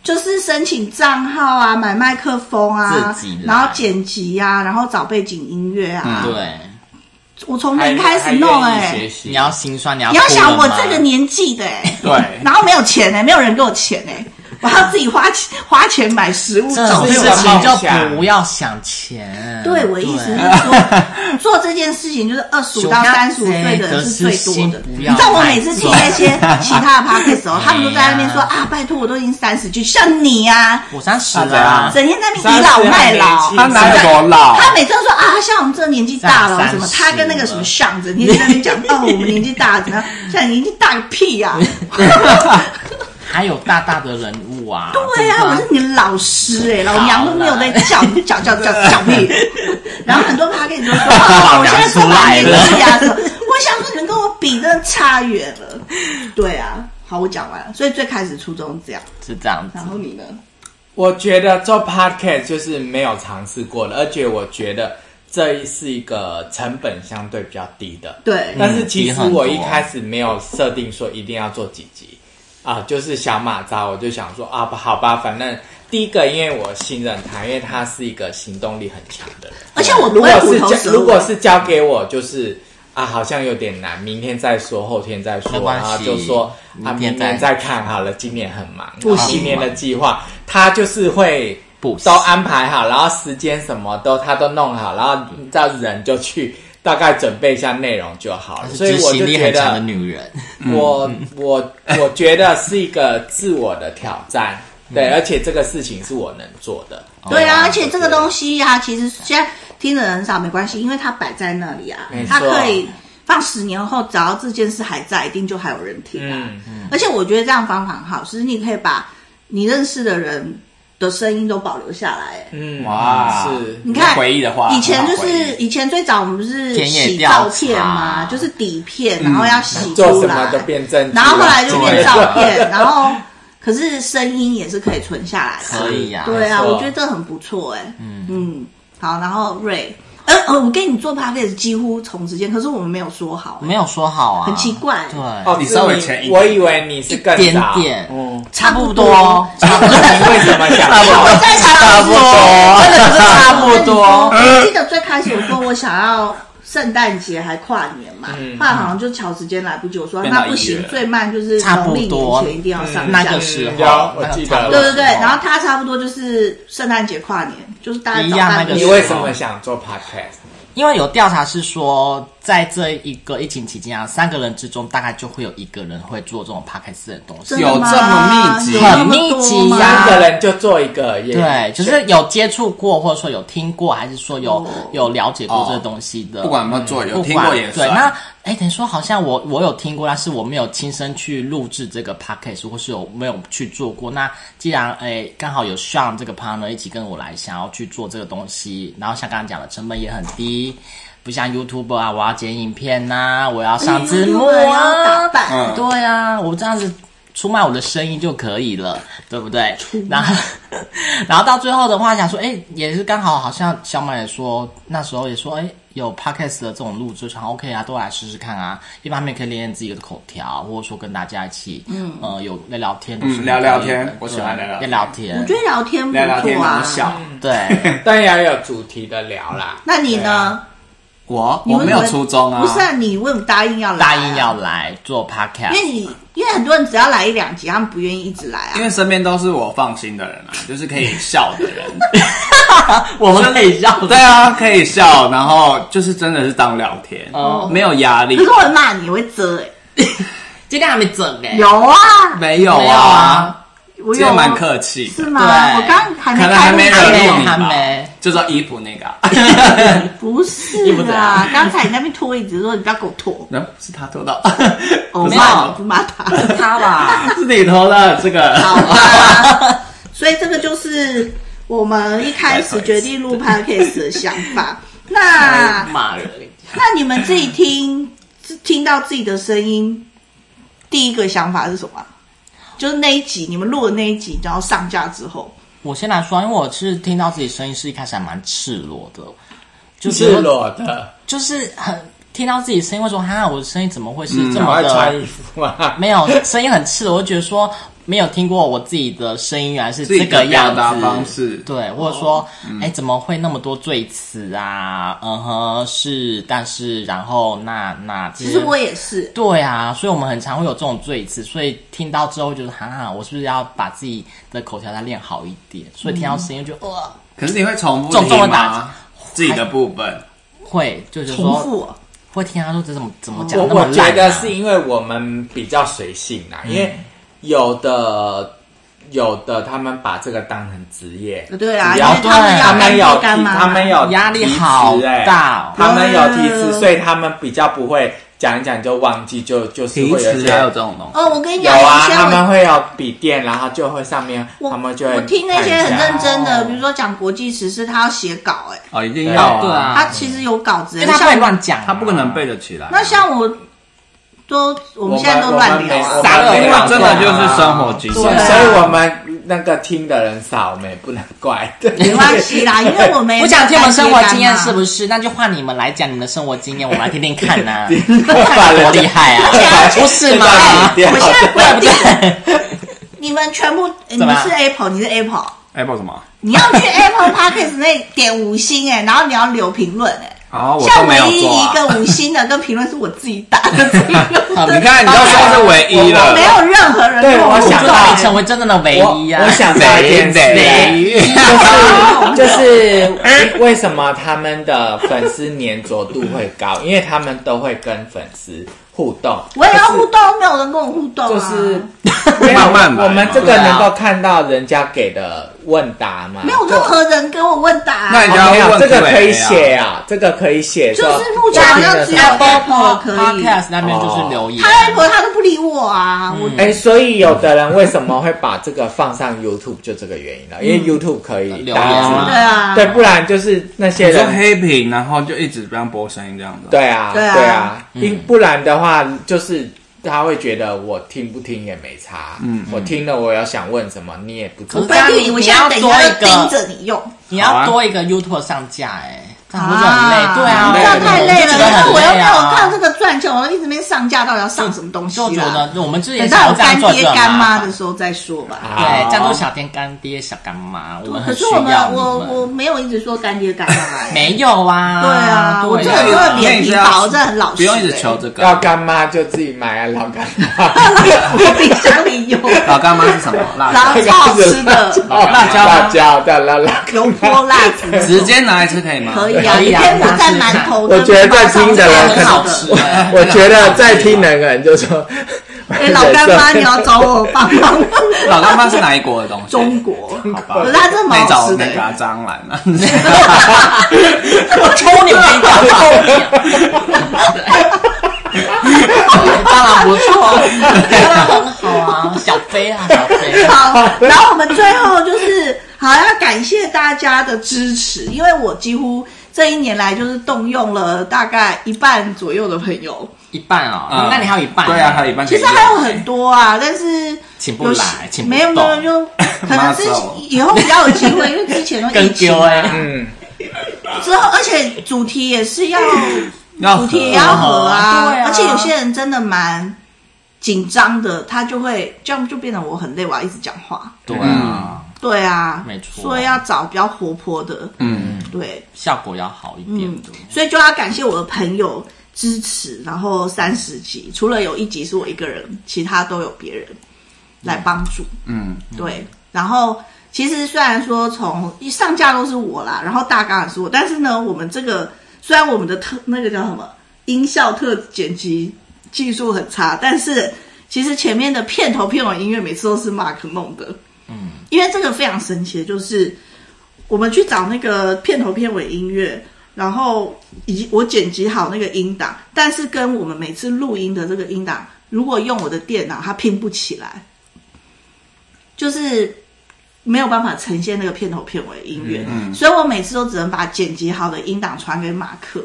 [SPEAKER 1] 就是申请账号啊、买麦克风啊
[SPEAKER 4] 自己，来嗯
[SPEAKER 1] 然后剪辑啊，然后找背景音乐啊，
[SPEAKER 4] 对，
[SPEAKER 2] 嗯
[SPEAKER 1] 我从
[SPEAKER 2] 还
[SPEAKER 1] 零开
[SPEAKER 2] 还
[SPEAKER 1] 始弄
[SPEAKER 2] 愿意
[SPEAKER 1] 哎、
[SPEAKER 2] 学习
[SPEAKER 4] 你要心酸，你要
[SPEAKER 1] 你要
[SPEAKER 4] 哭了
[SPEAKER 1] 想我
[SPEAKER 4] 吗
[SPEAKER 1] 这个年纪的哎、
[SPEAKER 3] 对，
[SPEAKER 1] 然后没有钱哎、没有人给我钱哎、我还要自己花钱花钱买食物，
[SPEAKER 4] 这
[SPEAKER 1] 找
[SPEAKER 4] 种
[SPEAKER 2] 是
[SPEAKER 4] 事
[SPEAKER 2] 一个
[SPEAKER 4] 情
[SPEAKER 2] 梦想
[SPEAKER 4] 就不要想钱。啊
[SPEAKER 1] 对，我的意思是说，做这件事情就是二十五到三十五岁
[SPEAKER 4] 哎
[SPEAKER 1] 的人是最多的。
[SPEAKER 4] 不
[SPEAKER 1] 你
[SPEAKER 4] 要哎
[SPEAKER 1] 知道我每次听那些其他 的 podcast 的时候，他们都在那边说啊，拜托，我都已经三十，就像你啊，
[SPEAKER 4] 我三十
[SPEAKER 3] 大
[SPEAKER 4] 了
[SPEAKER 3] 家
[SPEAKER 4] 啊，
[SPEAKER 1] 整天在那边倚老卖老。
[SPEAKER 3] 他哪有多老？
[SPEAKER 1] 他每次都说啊，像我们这年纪大了
[SPEAKER 4] 三
[SPEAKER 1] 什么，
[SPEAKER 4] 十
[SPEAKER 1] 他跟那个什么上整天在那边讲哦，我们年纪大了怎样，现在年纪大个屁啊呀、
[SPEAKER 4] 还有大大的人物啊。
[SPEAKER 1] 对呀、
[SPEAKER 4] 真的
[SPEAKER 1] 我是你的老师哎、老娘都没有在叫，你叫叫叫叫屁。然后很多 p a 你就说，啊，我现在这把年纪啊，什么我想说你们跟我比，真的差远了。对啊，好，我讲完了。所以最开始初衷这样，
[SPEAKER 4] 是这样子
[SPEAKER 1] 然，后你呢？
[SPEAKER 2] 我觉得做 podcast 就是没有尝试过的，而且我觉得这是一个成本相对比较低的。
[SPEAKER 1] 对，
[SPEAKER 2] 但是其
[SPEAKER 4] 嗯低
[SPEAKER 2] 实
[SPEAKER 4] 很多
[SPEAKER 2] 我一开始没有设定说一定要做几集啊，就是小马扎，我就想说啊，好吧，反正第一个因为我信任他，因为他是一个行动力很强的人，
[SPEAKER 1] 而且我不
[SPEAKER 2] 如
[SPEAKER 1] 会
[SPEAKER 2] 果
[SPEAKER 1] 虎
[SPEAKER 2] 是
[SPEAKER 1] 头
[SPEAKER 2] 交
[SPEAKER 1] 蛇
[SPEAKER 2] 如果
[SPEAKER 1] 尾。
[SPEAKER 2] 是交给我，就是啊，好像有点难，明天再说，后天再
[SPEAKER 4] 没
[SPEAKER 2] 说，
[SPEAKER 4] 关
[SPEAKER 2] 然后
[SPEAKER 4] 系
[SPEAKER 2] 就说啊，
[SPEAKER 4] 明
[SPEAKER 2] 明
[SPEAKER 4] 天再
[SPEAKER 2] 年再看好了，今年很忙，
[SPEAKER 4] 不
[SPEAKER 2] 然后
[SPEAKER 4] 行
[SPEAKER 2] 今年的计划他就是会
[SPEAKER 4] 不
[SPEAKER 2] 都
[SPEAKER 4] 行
[SPEAKER 2] 安排好，然后时间什么都他都弄好，然后你知道人就去大概准备一下内容就好了，所以
[SPEAKER 4] 执
[SPEAKER 2] 我就
[SPEAKER 4] 行力
[SPEAKER 2] 觉
[SPEAKER 4] 很强的
[SPEAKER 2] 得
[SPEAKER 4] 女人，
[SPEAKER 2] 我我我觉得是一个自我的挑战，对，而且这个事情是我能做的，
[SPEAKER 1] 对啊，
[SPEAKER 2] 哦
[SPEAKER 1] 而且这个东西啊，其实现在听的人很少没关系，因为它摆在那里啊
[SPEAKER 2] 没，错
[SPEAKER 1] 它可以放十年后，只要这件事还在，一定就还有人听啊。
[SPEAKER 2] 嗯嗯，
[SPEAKER 1] 而且我觉得这样方法很好，就是你可以把你认识的人的声音都保留下来、哎
[SPEAKER 2] 嗯
[SPEAKER 3] 哇
[SPEAKER 2] 是
[SPEAKER 1] 你看
[SPEAKER 3] 回忆的话
[SPEAKER 1] 以前就
[SPEAKER 3] 很好回
[SPEAKER 1] 是以前最早我们不是
[SPEAKER 4] 田野
[SPEAKER 1] 洗
[SPEAKER 4] 调查
[SPEAKER 1] 照片嘛，就是底片，
[SPEAKER 3] 啊
[SPEAKER 1] 然后要洗
[SPEAKER 2] 嗯做
[SPEAKER 1] 出
[SPEAKER 2] 什么
[SPEAKER 1] 来
[SPEAKER 2] 都，变正，
[SPEAKER 1] 然后后来就变照片，然后可是声音也是可以存下来的。
[SPEAKER 4] 可以呀、
[SPEAKER 1] 对啊，
[SPEAKER 2] 没错
[SPEAKER 1] 我觉得这很不错哎、嗯嗯，好，然后瑞，呃呃，我跟你做 p o d c a s 几乎同时间，可是我们没有说好、欸
[SPEAKER 4] 没有说好啊，
[SPEAKER 1] 很奇怪
[SPEAKER 4] 对，
[SPEAKER 2] 哦，
[SPEAKER 3] 你
[SPEAKER 2] 是
[SPEAKER 3] 稍微前一
[SPEAKER 2] 我以为你是更
[SPEAKER 4] 一点
[SPEAKER 2] 早
[SPEAKER 4] 点
[SPEAKER 2] 嗯，
[SPEAKER 1] 差不
[SPEAKER 4] 多，差不多，
[SPEAKER 2] 你为什么想
[SPEAKER 4] 差
[SPEAKER 1] 我
[SPEAKER 4] 不多
[SPEAKER 2] 到？
[SPEAKER 1] 在想
[SPEAKER 4] 差不多， 真的是差不多。
[SPEAKER 1] 呃 我记得最开始我说我想要圣诞节还跨年嘛，
[SPEAKER 2] 嗯
[SPEAKER 1] 后来好像就瞧时间来不及，我说
[SPEAKER 3] 变到
[SPEAKER 1] 那不
[SPEAKER 3] 一
[SPEAKER 1] 行
[SPEAKER 3] 月，
[SPEAKER 1] 最慢就是
[SPEAKER 4] 差不
[SPEAKER 1] 农历
[SPEAKER 4] 多
[SPEAKER 1] 年前一定要上
[SPEAKER 2] 嗯
[SPEAKER 1] 架。
[SPEAKER 4] 那个时候
[SPEAKER 2] 有，我记得了
[SPEAKER 1] 对对对，然后他差不多就是圣诞节跨年，就是大概
[SPEAKER 4] 一
[SPEAKER 1] 早
[SPEAKER 4] 样
[SPEAKER 1] 半
[SPEAKER 4] 那个
[SPEAKER 2] 你
[SPEAKER 1] 年
[SPEAKER 4] 时候
[SPEAKER 2] 为什么想做 podcast？
[SPEAKER 4] 因为有调查是说，在这一个疫情期间啊，三个人之中大概就会有一个人会做这种 podcast 的东西
[SPEAKER 1] 真。的
[SPEAKER 3] 有
[SPEAKER 1] 吗
[SPEAKER 3] 这么密集
[SPEAKER 1] 有那么
[SPEAKER 4] 很密
[SPEAKER 1] 多
[SPEAKER 4] 集
[SPEAKER 1] 吗
[SPEAKER 4] 呀
[SPEAKER 2] 三个人就做一个也，
[SPEAKER 4] 对，就是有接触过，或者说有听过，还是说有有了解过这个东西的。
[SPEAKER 3] 不管有没有做，有
[SPEAKER 4] 不
[SPEAKER 3] 听
[SPEAKER 4] 管
[SPEAKER 3] 过也
[SPEAKER 4] 对。
[SPEAKER 3] 算。
[SPEAKER 4] 那哎，等于说好像我我有听过，但是我没有亲身去录制这个 podcast，或是有没有去做过。那既然哎刚好有 Sean 这个 partner 一起跟我来，想要去做这个东西，然后像刚刚讲的，成本也很低。不像 YouTube 啊，我要剪影片呐、我要上字幕
[SPEAKER 1] 因为哎 YouTuber 要打
[SPEAKER 4] 啊，
[SPEAKER 1] 扮
[SPEAKER 3] 嗯
[SPEAKER 4] 对啊，我这样子出卖我的声音就可以 了，对不对？然后， 然后到最后的话，想说，哎，也是刚好，好像小马也说，那时候也说，哎，有 podcast 的这种录制，想 OK 啊，都来试试看啊。一方面可以练练自己的口条，或者说跟大家一起，嗯，呃，有聊聊天，都是
[SPEAKER 3] 嗯聊聊
[SPEAKER 4] 可以的
[SPEAKER 3] 天我喜欢聊聊
[SPEAKER 4] 对
[SPEAKER 3] 天
[SPEAKER 4] 聊
[SPEAKER 1] 我
[SPEAKER 4] 天
[SPEAKER 1] 觉，得聊天不
[SPEAKER 3] 聊聊天
[SPEAKER 1] 错
[SPEAKER 3] 蛮
[SPEAKER 1] 啊。
[SPEAKER 3] 小。
[SPEAKER 4] 对，
[SPEAKER 2] 但也要有主题的聊啦。
[SPEAKER 1] 那你
[SPEAKER 2] 对啊
[SPEAKER 1] 呢？
[SPEAKER 3] 我
[SPEAKER 1] 你
[SPEAKER 3] 我
[SPEAKER 1] 为
[SPEAKER 3] 没
[SPEAKER 1] 什么
[SPEAKER 3] 有初中啊，
[SPEAKER 1] 不是啊，你为什么答应要来、啊
[SPEAKER 4] 答应要，来做
[SPEAKER 1] 因
[SPEAKER 4] podcast，
[SPEAKER 3] 啊
[SPEAKER 1] 为你因为很多人只要来一两集，他们不愿意一直来啊
[SPEAKER 3] 因。为身边都是我放心的人啊，就是可以笑的人。
[SPEAKER 4] 我们可以让
[SPEAKER 3] 对啊，可以笑，然后就是真的是当聊天，
[SPEAKER 4] 哦
[SPEAKER 3] 没有压力
[SPEAKER 1] 可。是我会骂你，我会遮哎、
[SPEAKER 4] 今天还没整呢、
[SPEAKER 1] 有啊，
[SPEAKER 3] 没有
[SPEAKER 4] 没有
[SPEAKER 3] 啊，
[SPEAKER 4] 啊，
[SPEAKER 1] 我
[SPEAKER 3] 今
[SPEAKER 1] 有
[SPEAKER 3] 天
[SPEAKER 1] 啊
[SPEAKER 3] 蛮客气的
[SPEAKER 1] 是，吗？
[SPEAKER 4] 对
[SPEAKER 1] 我刚还没
[SPEAKER 3] 可能还没惹
[SPEAKER 1] 开
[SPEAKER 4] 有
[SPEAKER 1] 录
[SPEAKER 3] 怒
[SPEAKER 1] 呢
[SPEAKER 3] 你
[SPEAKER 4] 还
[SPEAKER 3] 吧
[SPEAKER 4] 没？
[SPEAKER 3] 就说衣服那个啊，
[SPEAKER 1] 不是
[SPEAKER 4] 不怎
[SPEAKER 1] 啊
[SPEAKER 4] 样，
[SPEAKER 1] 刚才你那边拖椅子说你不要给我 拖，
[SPEAKER 3] 嗯是他偷到，
[SPEAKER 1] 我
[SPEAKER 3] 不是
[SPEAKER 1] 骂
[SPEAKER 4] 有
[SPEAKER 1] 你不骂他，
[SPEAKER 4] 他吧，
[SPEAKER 3] 是你偷的这个。
[SPEAKER 1] 好吧。所以这个就是我们一开始决定 录 podcast 的想法。
[SPEAKER 4] 哎
[SPEAKER 1] 那
[SPEAKER 4] 骂人。
[SPEAKER 1] 那你们自己听听到自己的声音，第一个想法是什么啊？就是那一集你们录的那一集，然后上架之后，
[SPEAKER 4] 我先来说，因为我是听到自己声音是一开始还蛮赤裸的，就
[SPEAKER 2] 赤
[SPEAKER 4] 是
[SPEAKER 2] 裸的，
[SPEAKER 4] 就是很听到自己声音，会说哈，我的声音怎么会是
[SPEAKER 3] 嗯
[SPEAKER 1] 嗯
[SPEAKER 4] 这
[SPEAKER 2] 赶
[SPEAKER 4] 么
[SPEAKER 2] 快
[SPEAKER 4] 的？
[SPEAKER 2] 穿衣服啊！
[SPEAKER 4] 没有声音很赤裸，我就觉得说没有听过我自己的声音原来是
[SPEAKER 3] 自己
[SPEAKER 4] 这个
[SPEAKER 3] 的
[SPEAKER 4] 样
[SPEAKER 3] 表
[SPEAKER 4] 子
[SPEAKER 3] 达方式哦嗯
[SPEAKER 4] 对，或者说哎、怎么会那么多罪词啊？嗯哼，是，但是然后那那
[SPEAKER 1] 其实我也是，
[SPEAKER 4] 对啊，所以我们很常会有这种罪词，所以听到之后就是哈哈，我是不是要把自己的口条再练好一点？所以听
[SPEAKER 1] 嗯
[SPEAKER 4] 到声音就、哇，
[SPEAKER 3] 可是你会重复
[SPEAKER 4] 重重
[SPEAKER 3] 听
[SPEAKER 4] 的打
[SPEAKER 3] 吗？自己的部分，
[SPEAKER 4] 会就是
[SPEAKER 1] 重
[SPEAKER 4] 说
[SPEAKER 1] 复哦、
[SPEAKER 4] 会听他说这怎么怎么讲
[SPEAKER 2] 我
[SPEAKER 4] 那么
[SPEAKER 2] 我觉
[SPEAKER 4] 烂、
[SPEAKER 2] 得
[SPEAKER 4] 啊，
[SPEAKER 2] 是因为我们比较随性啦，因
[SPEAKER 1] 嗯
[SPEAKER 2] 为有的有的他们把这个当成职业，
[SPEAKER 1] 对啊，
[SPEAKER 2] 只
[SPEAKER 1] 因
[SPEAKER 2] 要
[SPEAKER 1] 为他们
[SPEAKER 4] 对
[SPEAKER 1] 要
[SPEAKER 2] 他们
[SPEAKER 1] 当
[SPEAKER 2] 有
[SPEAKER 1] 干
[SPEAKER 2] 提
[SPEAKER 1] 妈，
[SPEAKER 2] 他们有
[SPEAKER 4] 压力
[SPEAKER 2] 提词
[SPEAKER 4] 好
[SPEAKER 2] 欸
[SPEAKER 4] 大哦
[SPEAKER 2] 他们有提
[SPEAKER 1] 对
[SPEAKER 2] 词，所以他们比较不会讲一讲就忘记，就就是会有一些
[SPEAKER 3] 也有这种东西。
[SPEAKER 1] 哦，我跟你
[SPEAKER 2] 有
[SPEAKER 1] 讲，以
[SPEAKER 2] 啊，
[SPEAKER 1] 前
[SPEAKER 2] 他
[SPEAKER 1] 我
[SPEAKER 2] 们会有笔电，然后就会上面
[SPEAKER 1] 我
[SPEAKER 2] 他们就会
[SPEAKER 1] 我听那些
[SPEAKER 2] 看一
[SPEAKER 1] 很
[SPEAKER 2] 下嗯
[SPEAKER 1] 认真的，
[SPEAKER 4] 哦
[SPEAKER 1] 比如说讲国际时事，他要写稿、哎、
[SPEAKER 3] 哦，一定要
[SPEAKER 4] 对啊
[SPEAKER 1] 他其实有稿子、
[SPEAKER 4] 因
[SPEAKER 1] 哎
[SPEAKER 4] 为他不
[SPEAKER 1] 像我
[SPEAKER 4] 能乱讲、
[SPEAKER 3] 他不可能。背得起来。
[SPEAKER 1] 那像我都，我
[SPEAKER 2] 我
[SPEAKER 1] 们现在都乱聊
[SPEAKER 2] 我
[SPEAKER 1] 啊
[SPEAKER 2] 们。
[SPEAKER 4] 傻了
[SPEAKER 2] 没
[SPEAKER 3] 因
[SPEAKER 2] 有
[SPEAKER 3] 为哎真的
[SPEAKER 2] 做
[SPEAKER 3] 就是生活经
[SPEAKER 1] 对啊
[SPEAKER 3] 验，
[SPEAKER 2] 所以我们那个听的人少，我们也不能怪。
[SPEAKER 1] 没关系啦，因为我们也
[SPEAKER 4] 不 想听我们生活经验是
[SPEAKER 1] 是？
[SPEAKER 4] 不是？那就换你们来讲你们的生活经验，我们来听听 看呐、
[SPEAKER 2] 把人家
[SPEAKER 4] 多厉害啊！不是吗？
[SPEAKER 2] 把人 家
[SPEAKER 1] 我现在
[SPEAKER 4] 对不
[SPEAKER 1] 规定
[SPEAKER 4] 对？
[SPEAKER 1] 你们全部，呃你
[SPEAKER 4] 怎么
[SPEAKER 1] 们
[SPEAKER 4] 啦
[SPEAKER 1] 是 Apple，你是 Apple，
[SPEAKER 3] Apple 什么
[SPEAKER 1] 你要去 Apple Podcast 那点五星哎、然后你要留评论哎，
[SPEAKER 3] 啊，我都
[SPEAKER 1] 像
[SPEAKER 3] 没
[SPEAKER 1] 唯
[SPEAKER 3] 有
[SPEAKER 1] 一
[SPEAKER 3] 做
[SPEAKER 1] 一
[SPEAKER 3] 啊。哦
[SPEAKER 1] 个五星的跟评论是我自己打的，
[SPEAKER 3] 你看，你都说是唯一
[SPEAKER 1] 我
[SPEAKER 3] 了
[SPEAKER 1] 没，有任何人
[SPEAKER 2] 对
[SPEAKER 1] 跟
[SPEAKER 2] 我
[SPEAKER 1] 互
[SPEAKER 2] 想
[SPEAKER 1] 动
[SPEAKER 2] 到
[SPEAKER 4] 你成为真正的唯
[SPEAKER 2] 我
[SPEAKER 4] 一呀、
[SPEAKER 2] 我想到一件
[SPEAKER 3] 唯
[SPEAKER 2] 事，
[SPEAKER 3] 一
[SPEAKER 2] 就是就是为什么他们的粉丝粘着度会高？因为他们都会跟粉丝互动，
[SPEAKER 1] 我也要
[SPEAKER 2] 可是
[SPEAKER 1] 互动，没有人跟我互动、啊，
[SPEAKER 2] 就是
[SPEAKER 3] 没有
[SPEAKER 2] 慢
[SPEAKER 3] 慢
[SPEAKER 2] 慢，
[SPEAKER 3] 慢
[SPEAKER 2] 我们这个能够看到人家给的问答吗？
[SPEAKER 1] 没有任何人跟我问答、
[SPEAKER 3] 那
[SPEAKER 2] 哦，
[SPEAKER 3] 人家
[SPEAKER 2] 没有
[SPEAKER 3] 问
[SPEAKER 2] 这个可以
[SPEAKER 3] Q&A 啊
[SPEAKER 2] 写啊，这个可以写
[SPEAKER 1] 就
[SPEAKER 2] 说。
[SPEAKER 1] 是目前好像只有 Apple 可以，
[SPEAKER 4] Podcast 那边就是留言
[SPEAKER 1] 他，Apple 他都不理我啊，我
[SPEAKER 2] 哎，所以有的人为什么会把这个放上 YouTube，就这个原因了，因为 YouTube 可以
[SPEAKER 4] 留
[SPEAKER 2] 打
[SPEAKER 4] 言
[SPEAKER 2] 字
[SPEAKER 3] 啊
[SPEAKER 1] 对啊，
[SPEAKER 2] 对，不然就是那些
[SPEAKER 3] 你说
[SPEAKER 2] 人，
[SPEAKER 3] 黑屏，然后就一直这样播声音这样子。
[SPEAKER 2] 对啊，
[SPEAKER 1] 对啊
[SPEAKER 2] 对啊，因不然的话，就是他会觉得我听不听也没差，嗯，我听了我要想问什么，你也不知
[SPEAKER 1] 我
[SPEAKER 2] 道。
[SPEAKER 1] 规定你，我现在等一下就盯着你用，
[SPEAKER 4] 你
[SPEAKER 3] 好
[SPEAKER 4] 要
[SPEAKER 3] 啊
[SPEAKER 4] 多一个 YouTube 上架哎、这样不是很累？对啊，
[SPEAKER 1] 这样太累
[SPEAKER 4] 我
[SPEAKER 1] 了。
[SPEAKER 4] 就觉得
[SPEAKER 1] 可是
[SPEAKER 4] 很
[SPEAKER 1] 我又
[SPEAKER 4] 累
[SPEAKER 1] 没有靠
[SPEAKER 4] 啊。
[SPEAKER 1] 这个赚钱，我一直没上架，到底要上什么东西
[SPEAKER 4] 就觉
[SPEAKER 1] 啦？
[SPEAKER 4] 得我们之前
[SPEAKER 1] 等
[SPEAKER 4] 想
[SPEAKER 1] 到我
[SPEAKER 4] 要这
[SPEAKER 1] 干
[SPEAKER 4] 样做
[SPEAKER 1] 爹
[SPEAKER 4] 就很
[SPEAKER 1] 干
[SPEAKER 4] 麻
[SPEAKER 1] 妈
[SPEAKER 4] 烦
[SPEAKER 1] 的时候再说吧。
[SPEAKER 4] 对，这样做小天干爹、小干妈，我们
[SPEAKER 1] 啊可
[SPEAKER 4] 很需
[SPEAKER 1] 是我们
[SPEAKER 4] 要你
[SPEAKER 1] 我我
[SPEAKER 4] 们。
[SPEAKER 1] 没有一直说干爹干妈，哎
[SPEAKER 4] 没有啊，
[SPEAKER 1] 对啊，我这
[SPEAKER 4] 对
[SPEAKER 1] 个
[SPEAKER 4] 啊
[SPEAKER 1] 人脸皮薄，这很老实。
[SPEAKER 3] 不用一直 求这
[SPEAKER 2] 要
[SPEAKER 3] 个。
[SPEAKER 2] 干妈就自己买啊，老干妈。
[SPEAKER 1] 我冰箱里 有，
[SPEAKER 4] 啊
[SPEAKER 3] 老干妈是什么？辣
[SPEAKER 1] 然
[SPEAKER 3] 椒
[SPEAKER 1] 后超好吃 的
[SPEAKER 2] 辣椒，辣椒，对，辣辣。
[SPEAKER 1] 油泼辣 子，
[SPEAKER 3] 直接拿来吃可以吗？
[SPEAKER 1] 可以啊，
[SPEAKER 4] 可以
[SPEAKER 1] 一
[SPEAKER 4] 啊
[SPEAKER 1] 天我在馒头跟
[SPEAKER 2] 我觉得在听的人
[SPEAKER 1] 很
[SPEAKER 2] 可
[SPEAKER 1] 好
[SPEAKER 2] 能
[SPEAKER 1] 吃。
[SPEAKER 4] 哎
[SPEAKER 2] 我觉得在听的人就说，
[SPEAKER 1] 哎，老干 妈，你要找我帮忙吗？
[SPEAKER 3] 老干妈是哪一国的东西？
[SPEAKER 1] 中国，
[SPEAKER 3] 好吧，
[SPEAKER 1] 可是它真的蛮
[SPEAKER 3] 没
[SPEAKER 1] 好
[SPEAKER 3] 找
[SPEAKER 1] 吃的
[SPEAKER 3] 那。个啊 蟑螂啊，
[SPEAKER 4] 我抽你们一刀，当然不错，当然很 好啊，小飞啊，小飞，
[SPEAKER 1] 好，然后我们最后就是好要感谢大家的支持，因为我几乎这一年来就是动用了大概一半左右的朋友，
[SPEAKER 4] 一半哦
[SPEAKER 3] 嗯，
[SPEAKER 4] 那你还有一半，
[SPEAKER 3] 对啊，还有一半可
[SPEAKER 1] 其
[SPEAKER 3] 以
[SPEAKER 1] 实
[SPEAKER 3] 用。
[SPEAKER 1] 还有很多啊，但是
[SPEAKER 4] 请不来，请不
[SPEAKER 1] 没有没有，
[SPEAKER 4] 动，
[SPEAKER 1] 就可能是
[SPEAKER 3] 妈走
[SPEAKER 1] 以后比较有机会，因为之前都疫
[SPEAKER 4] 更
[SPEAKER 1] 情
[SPEAKER 4] 丢哎，
[SPEAKER 2] 嗯，
[SPEAKER 1] 之后，而且主题也是要
[SPEAKER 4] 哦
[SPEAKER 3] 要
[SPEAKER 1] 主
[SPEAKER 3] 合
[SPEAKER 1] 题也要合啊，
[SPEAKER 4] 对啊
[SPEAKER 1] 而且有些人真的蛮紧张的，他就会这样就变得我很累，我要一直讲话。
[SPEAKER 4] 对啊，
[SPEAKER 1] 对啊，
[SPEAKER 4] 没错
[SPEAKER 1] 所以要找比较活泼的，
[SPEAKER 3] 嗯，
[SPEAKER 1] 对，
[SPEAKER 4] 效果要好一点
[SPEAKER 1] 嗯
[SPEAKER 4] 的，，
[SPEAKER 1] 所以就要感谢我的朋友支持，然后三十集，除了有一集是我一个人，其他都有别人来帮助，
[SPEAKER 3] 嗯，
[SPEAKER 1] 对，然后。其实虽然说从一上架都是我啦，然后大纲也是我，但是呢，我们这个虽然我们的特那个叫什么音效特剪辑技术很差，但是其实前面的片头片尾音乐每次都是 Mark 弄的，嗯，因为这个非常神奇，的就是我们去找那个片头片尾音乐，然后以及我剪辑好那个音档，但是跟我们每次录音的这个音档，如果用我的电脑，它拼不起来，就是。没有办法呈现那个片头片尾音乐，所以我每次都只能把剪辑好的音档传给马克，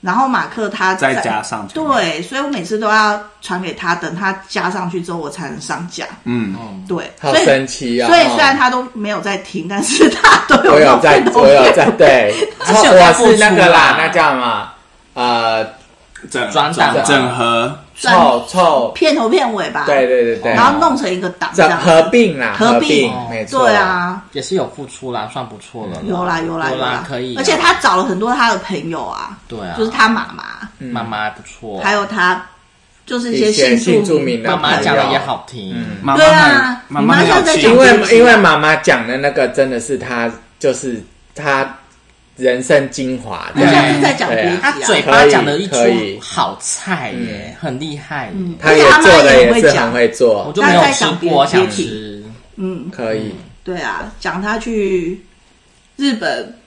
[SPEAKER 1] 然后马克他
[SPEAKER 3] 再加上去，
[SPEAKER 1] 对，所以我每次都要传给他，等他加上去之后，我才能上架。
[SPEAKER 3] 嗯，
[SPEAKER 1] 对，
[SPEAKER 2] 好
[SPEAKER 1] 所以
[SPEAKER 2] 神奇啊！
[SPEAKER 1] 所以虽然他都没有在听，但是他都
[SPEAKER 2] 我有
[SPEAKER 1] 有
[SPEAKER 2] 在
[SPEAKER 1] 弄，
[SPEAKER 2] 我有在，对，
[SPEAKER 4] 还是有在
[SPEAKER 2] 我
[SPEAKER 4] 付出
[SPEAKER 2] 是那
[SPEAKER 1] 啊
[SPEAKER 2] 个啦
[SPEAKER 4] 啦，
[SPEAKER 2] 那叫什么？呃，
[SPEAKER 3] 整
[SPEAKER 4] 转档
[SPEAKER 3] 整整合，
[SPEAKER 1] 转
[SPEAKER 2] 臭臭，
[SPEAKER 1] 片头片尾吧。
[SPEAKER 2] 对，对对对，
[SPEAKER 1] 然后弄成一个档这
[SPEAKER 2] 整
[SPEAKER 1] 样。
[SPEAKER 2] 合并啦，
[SPEAKER 1] 合
[SPEAKER 2] 合
[SPEAKER 1] 并
[SPEAKER 2] 并，没错，
[SPEAKER 1] 对，啊，
[SPEAKER 4] 也是有付出啦，算不错了，
[SPEAKER 1] 有啦有啦
[SPEAKER 4] 有
[SPEAKER 1] 啦，
[SPEAKER 4] 可以啊，
[SPEAKER 1] 而且他找了很多他的朋友啊，
[SPEAKER 4] 对啊，
[SPEAKER 1] 就是他妈妈，
[SPEAKER 4] 妈妈还不错，
[SPEAKER 1] 还有他就是
[SPEAKER 2] 嗯一些
[SPEAKER 1] 些
[SPEAKER 2] 新
[SPEAKER 1] 住
[SPEAKER 2] 住民的
[SPEAKER 4] 妈妈
[SPEAKER 2] 朋
[SPEAKER 4] 讲的
[SPEAKER 2] 友嗯
[SPEAKER 4] 也好听，
[SPEAKER 3] 妈
[SPEAKER 1] 对
[SPEAKER 3] 妈
[SPEAKER 1] 啊
[SPEAKER 3] 很妈妈很
[SPEAKER 1] 你妈现在在
[SPEAKER 3] 有气
[SPEAKER 1] 讲
[SPEAKER 2] 因
[SPEAKER 1] 这
[SPEAKER 2] 为
[SPEAKER 1] 个事情
[SPEAKER 2] 因为妈妈讲的那个真的是她，就是她人生精华
[SPEAKER 1] 他
[SPEAKER 2] 这
[SPEAKER 1] 下
[SPEAKER 2] 样，
[SPEAKER 1] 次再讲别
[SPEAKER 4] 他
[SPEAKER 1] 集
[SPEAKER 4] 嘴
[SPEAKER 1] 啊。
[SPEAKER 4] 巴讲的一出
[SPEAKER 2] 可以
[SPEAKER 4] 好菜
[SPEAKER 1] 嗯
[SPEAKER 4] 耶，很厉害耶，
[SPEAKER 2] 她也做的也是很会
[SPEAKER 4] 我
[SPEAKER 2] 做，
[SPEAKER 4] 哦就没有吃过，我想吃。
[SPEAKER 1] 嗯，
[SPEAKER 2] 可以，
[SPEAKER 1] 对啊，讲他去日本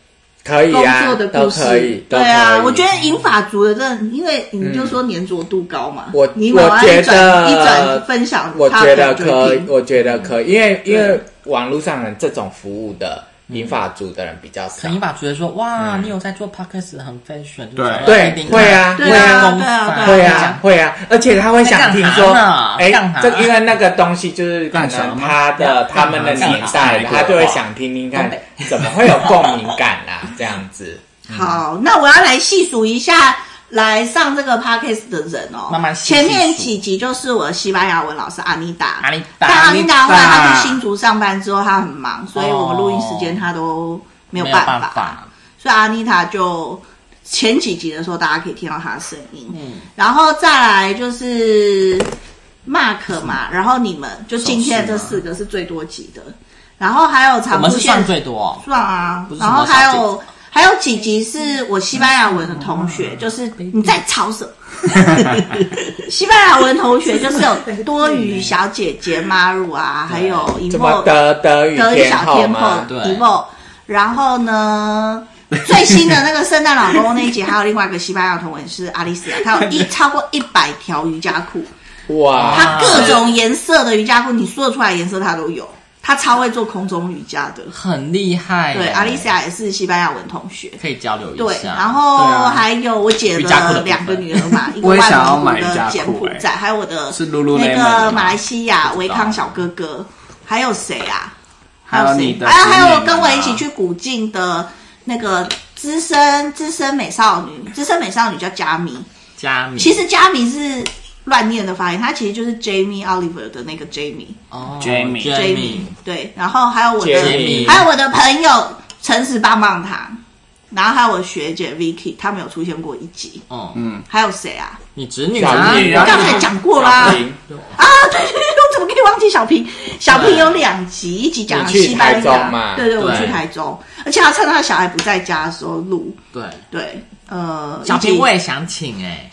[SPEAKER 2] 可以
[SPEAKER 1] 工
[SPEAKER 2] 啊
[SPEAKER 1] 作的，
[SPEAKER 2] 都
[SPEAKER 1] 故事，
[SPEAKER 2] 可以，都
[SPEAKER 1] 对啊，
[SPEAKER 2] 可以
[SPEAKER 1] 我觉得银发族的这，因为你就说粘着度高嘛，
[SPEAKER 2] 我
[SPEAKER 1] 你
[SPEAKER 2] 我
[SPEAKER 1] 往外
[SPEAKER 2] 觉
[SPEAKER 1] 一转
[SPEAKER 2] 得
[SPEAKER 1] 一转分享，
[SPEAKER 2] 我
[SPEAKER 1] 他
[SPEAKER 2] 觉得嗯
[SPEAKER 1] 可能就
[SPEAKER 2] 可
[SPEAKER 1] 会
[SPEAKER 2] 以
[SPEAKER 1] 听，
[SPEAKER 2] 我觉得可以，
[SPEAKER 1] 嗯
[SPEAKER 2] 因为因为网络上这种服务的银发族的人比较
[SPEAKER 4] 可
[SPEAKER 2] 少
[SPEAKER 4] 能，一把觉得说，哇，你有在做 podcast 很 fashion，
[SPEAKER 3] 对
[SPEAKER 2] 对会啊
[SPEAKER 1] 对啊
[SPEAKER 4] 公
[SPEAKER 1] 对啊
[SPEAKER 4] 法
[SPEAKER 2] 会啊，会啊，而且他会想听说
[SPEAKER 4] 在干嘛呢，
[SPEAKER 2] 哎
[SPEAKER 4] 干嘛，
[SPEAKER 2] 这因为那个东西就是可
[SPEAKER 3] 干什么
[SPEAKER 2] 能他的他们的年代，
[SPEAKER 3] 干嘛
[SPEAKER 2] 他就会想听听看怎么会有共鸣感啦、这样子。
[SPEAKER 1] 好，那我要来细数一下来上这个 podcast 的人哦。
[SPEAKER 4] 慢慢细
[SPEAKER 1] 前面
[SPEAKER 4] 数
[SPEAKER 1] 几集就是我的西班牙文老师阿妮达，
[SPEAKER 4] 阿妮达
[SPEAKER 1] 但阿妮达后来
[SPEAKER 3] 阿妮达
[SPEAKER 1] 她去新竹上班之后，她很忙，所以我们录音时间她都没
[SPEAKER 4] 没
[SPEAKER 1] 有
[SPEAKER 4] 有
[SPEAKER 1] 办
[SPEAKER 4] 办
[SPEAKER 1] 法，
[SPEAKER 4] 法，
[SPEAKER 1] 所以阿妮塔就前几集的时候，大家可以听到他的声音。嗯，然后再来就是 Mark 嘛，然后你们就今天这四个是最多集的，然后还有
[SPEAKER 4] 我
[SPEAKER 1] 常
[SPEAKER 4] 们
[SPEAKER 1] 出
[SPEAKER 4] 是
[SPEAKER 1] 现
[SPEAKER 4] 算最多哦、
[SPEAKER 1] 算啊
[SPEAKER 4] 不，是什
[SPEAKER 1] 然
[SPEAKER 4] 么
[SPEAKER 1] 后还
[SPEAKER 4] 小
[SPEAKER 1] 有还有几集是我西班牙文的同学，
[SPEAKER 4] 嗯
[SPEAKER 1] 就是
[SPEAKER 4] 哎
[SPEAKER 1] 你在吵 什么？西班牙文同学就是有多语小姐姐 Maru 啊，还有一
[SPEAKER 2] 怎么
[SPEAKER 1] 梦
[SPEAKER 2] 德德语
[SPEAKER 1] 德语
[SPEAKER 2] 天
[SPEAKER 1] 小
[SPEAKER 2] 后
[SPEAKER 1] 天后
[SPEAKER 2] 吗？
[SPEAKER 4] 对
[SPEAKER 1] 一梦，然后呢？最新的那个圣诞老公公那一集，还有另外一个西班牙同文是阿丽丝亚，她有 一超过一百条瑜伽裤，
[SPEAKER 2] 哇，
[SPEAKER 1] 她各种颜色的瑜伽裤，你说得出来颜色她都有，她超会做空中瑜伽的。
[SPEAKER 4] 很厉害耶。
[SPEAKER 1] 对，阿丽西亚也是西班牙文同学。
[SPEAKER 4] 可以交流一下。
[SPEAKER 1] 对，然后
[SPEAKER 3] 对哦啊
[SPEAKER 1] 还有我姐
[SPEAKER 4] 瑜伽裤的
[SPEAKER 1] 的
[SPEAKER 4] 部分
[SPEAKER 1] 两个女儿 嘛，一个
[SPEAKER 3] 我也
[SPEAKER 1] 外
[SPEAKER 3] 想要
[SPEAKER 1] 蒙
[SPEAKER 3] 买
[SPEAKER 1] 古
[SPEAKER 3] 瑜伽
[SPEAKER 1] 的
[SPEAKER 3] 裤哎
[SPEAKER 1] 柬埔寨，还有我的
[SPEAKER 3] 是 Lululemon
[SPEAKER 1] 那
[SPEAKER 3] 的吗
[SPEAKER 1] 个马来西亚维康小哥哥，还有谁啊？
[SPEAKER 3] 还有
[SPEAKER 1] 有
[SPEAKER 3] 你
[SPEAKER 1] 谁？
[SPEAKER 3] 的
[SPEAKER 1] 哎还有还有
[SPEAKER 3] 侄女们啊
[SPEAKER 1] 跟我一起去古晋的那个资深资深美少女，资深美少女叫佳米，
[SPEAKER 4] 加米，
[SPEAKER 1] 其实佳米是乱念的发音，她其实就是 Jamie Oliver 的那个 Jamie。
[SPEAKER 4] 哦
[SPEAKER 3] Jamie
[SPEAKER 4] Jamie，
[SPEAKER 1] 对，然后还有我的
[SPEAKER 2] Jamie
[SPEAKER 1] 还有我的朋友诚实棒棒糖，然后还有我学姐 Vicky，她没有出现过一集，
[SPEAKER 4] 嗯，
[SPEAKER 1] 还有谁啊？
[SPEAKER 4] 你侄女
[SPEAKER 2] 小
[SPEAKER 4] 啊
[SPEAKER 2] 女
[SPEAKER 1] 我
[SPEAKER 2] 啊
[SPEAKER 1] 刚才讲过啦
[SPEAKER 2] 小，平
[SPEAKER 1] 啊， 对对对，我怎么可以忘记小平？小平有两集，一集讲了
[SPEAKER 2] 你去
[SPEAKER 1] 西班
[SPEAKER 2] 台中
[SPEAKER 1] 牙，
[SPEAKER 2] 嘛
[SPEAKER 1] 对对，我
[SPEAKER 4] 对
[SPEAKER 1] 去台中，而且他趁他小孩不在家的时候录，
[SPEAKER 4] 对，
[SPEAKER 1] 对，呃，
[SPEAKER 4] 小
[SPEAKER 1] 一
[SPEAKER 4] 平
[SPEAKER 1] 集
[SPEAKER 4] 我也想请哎，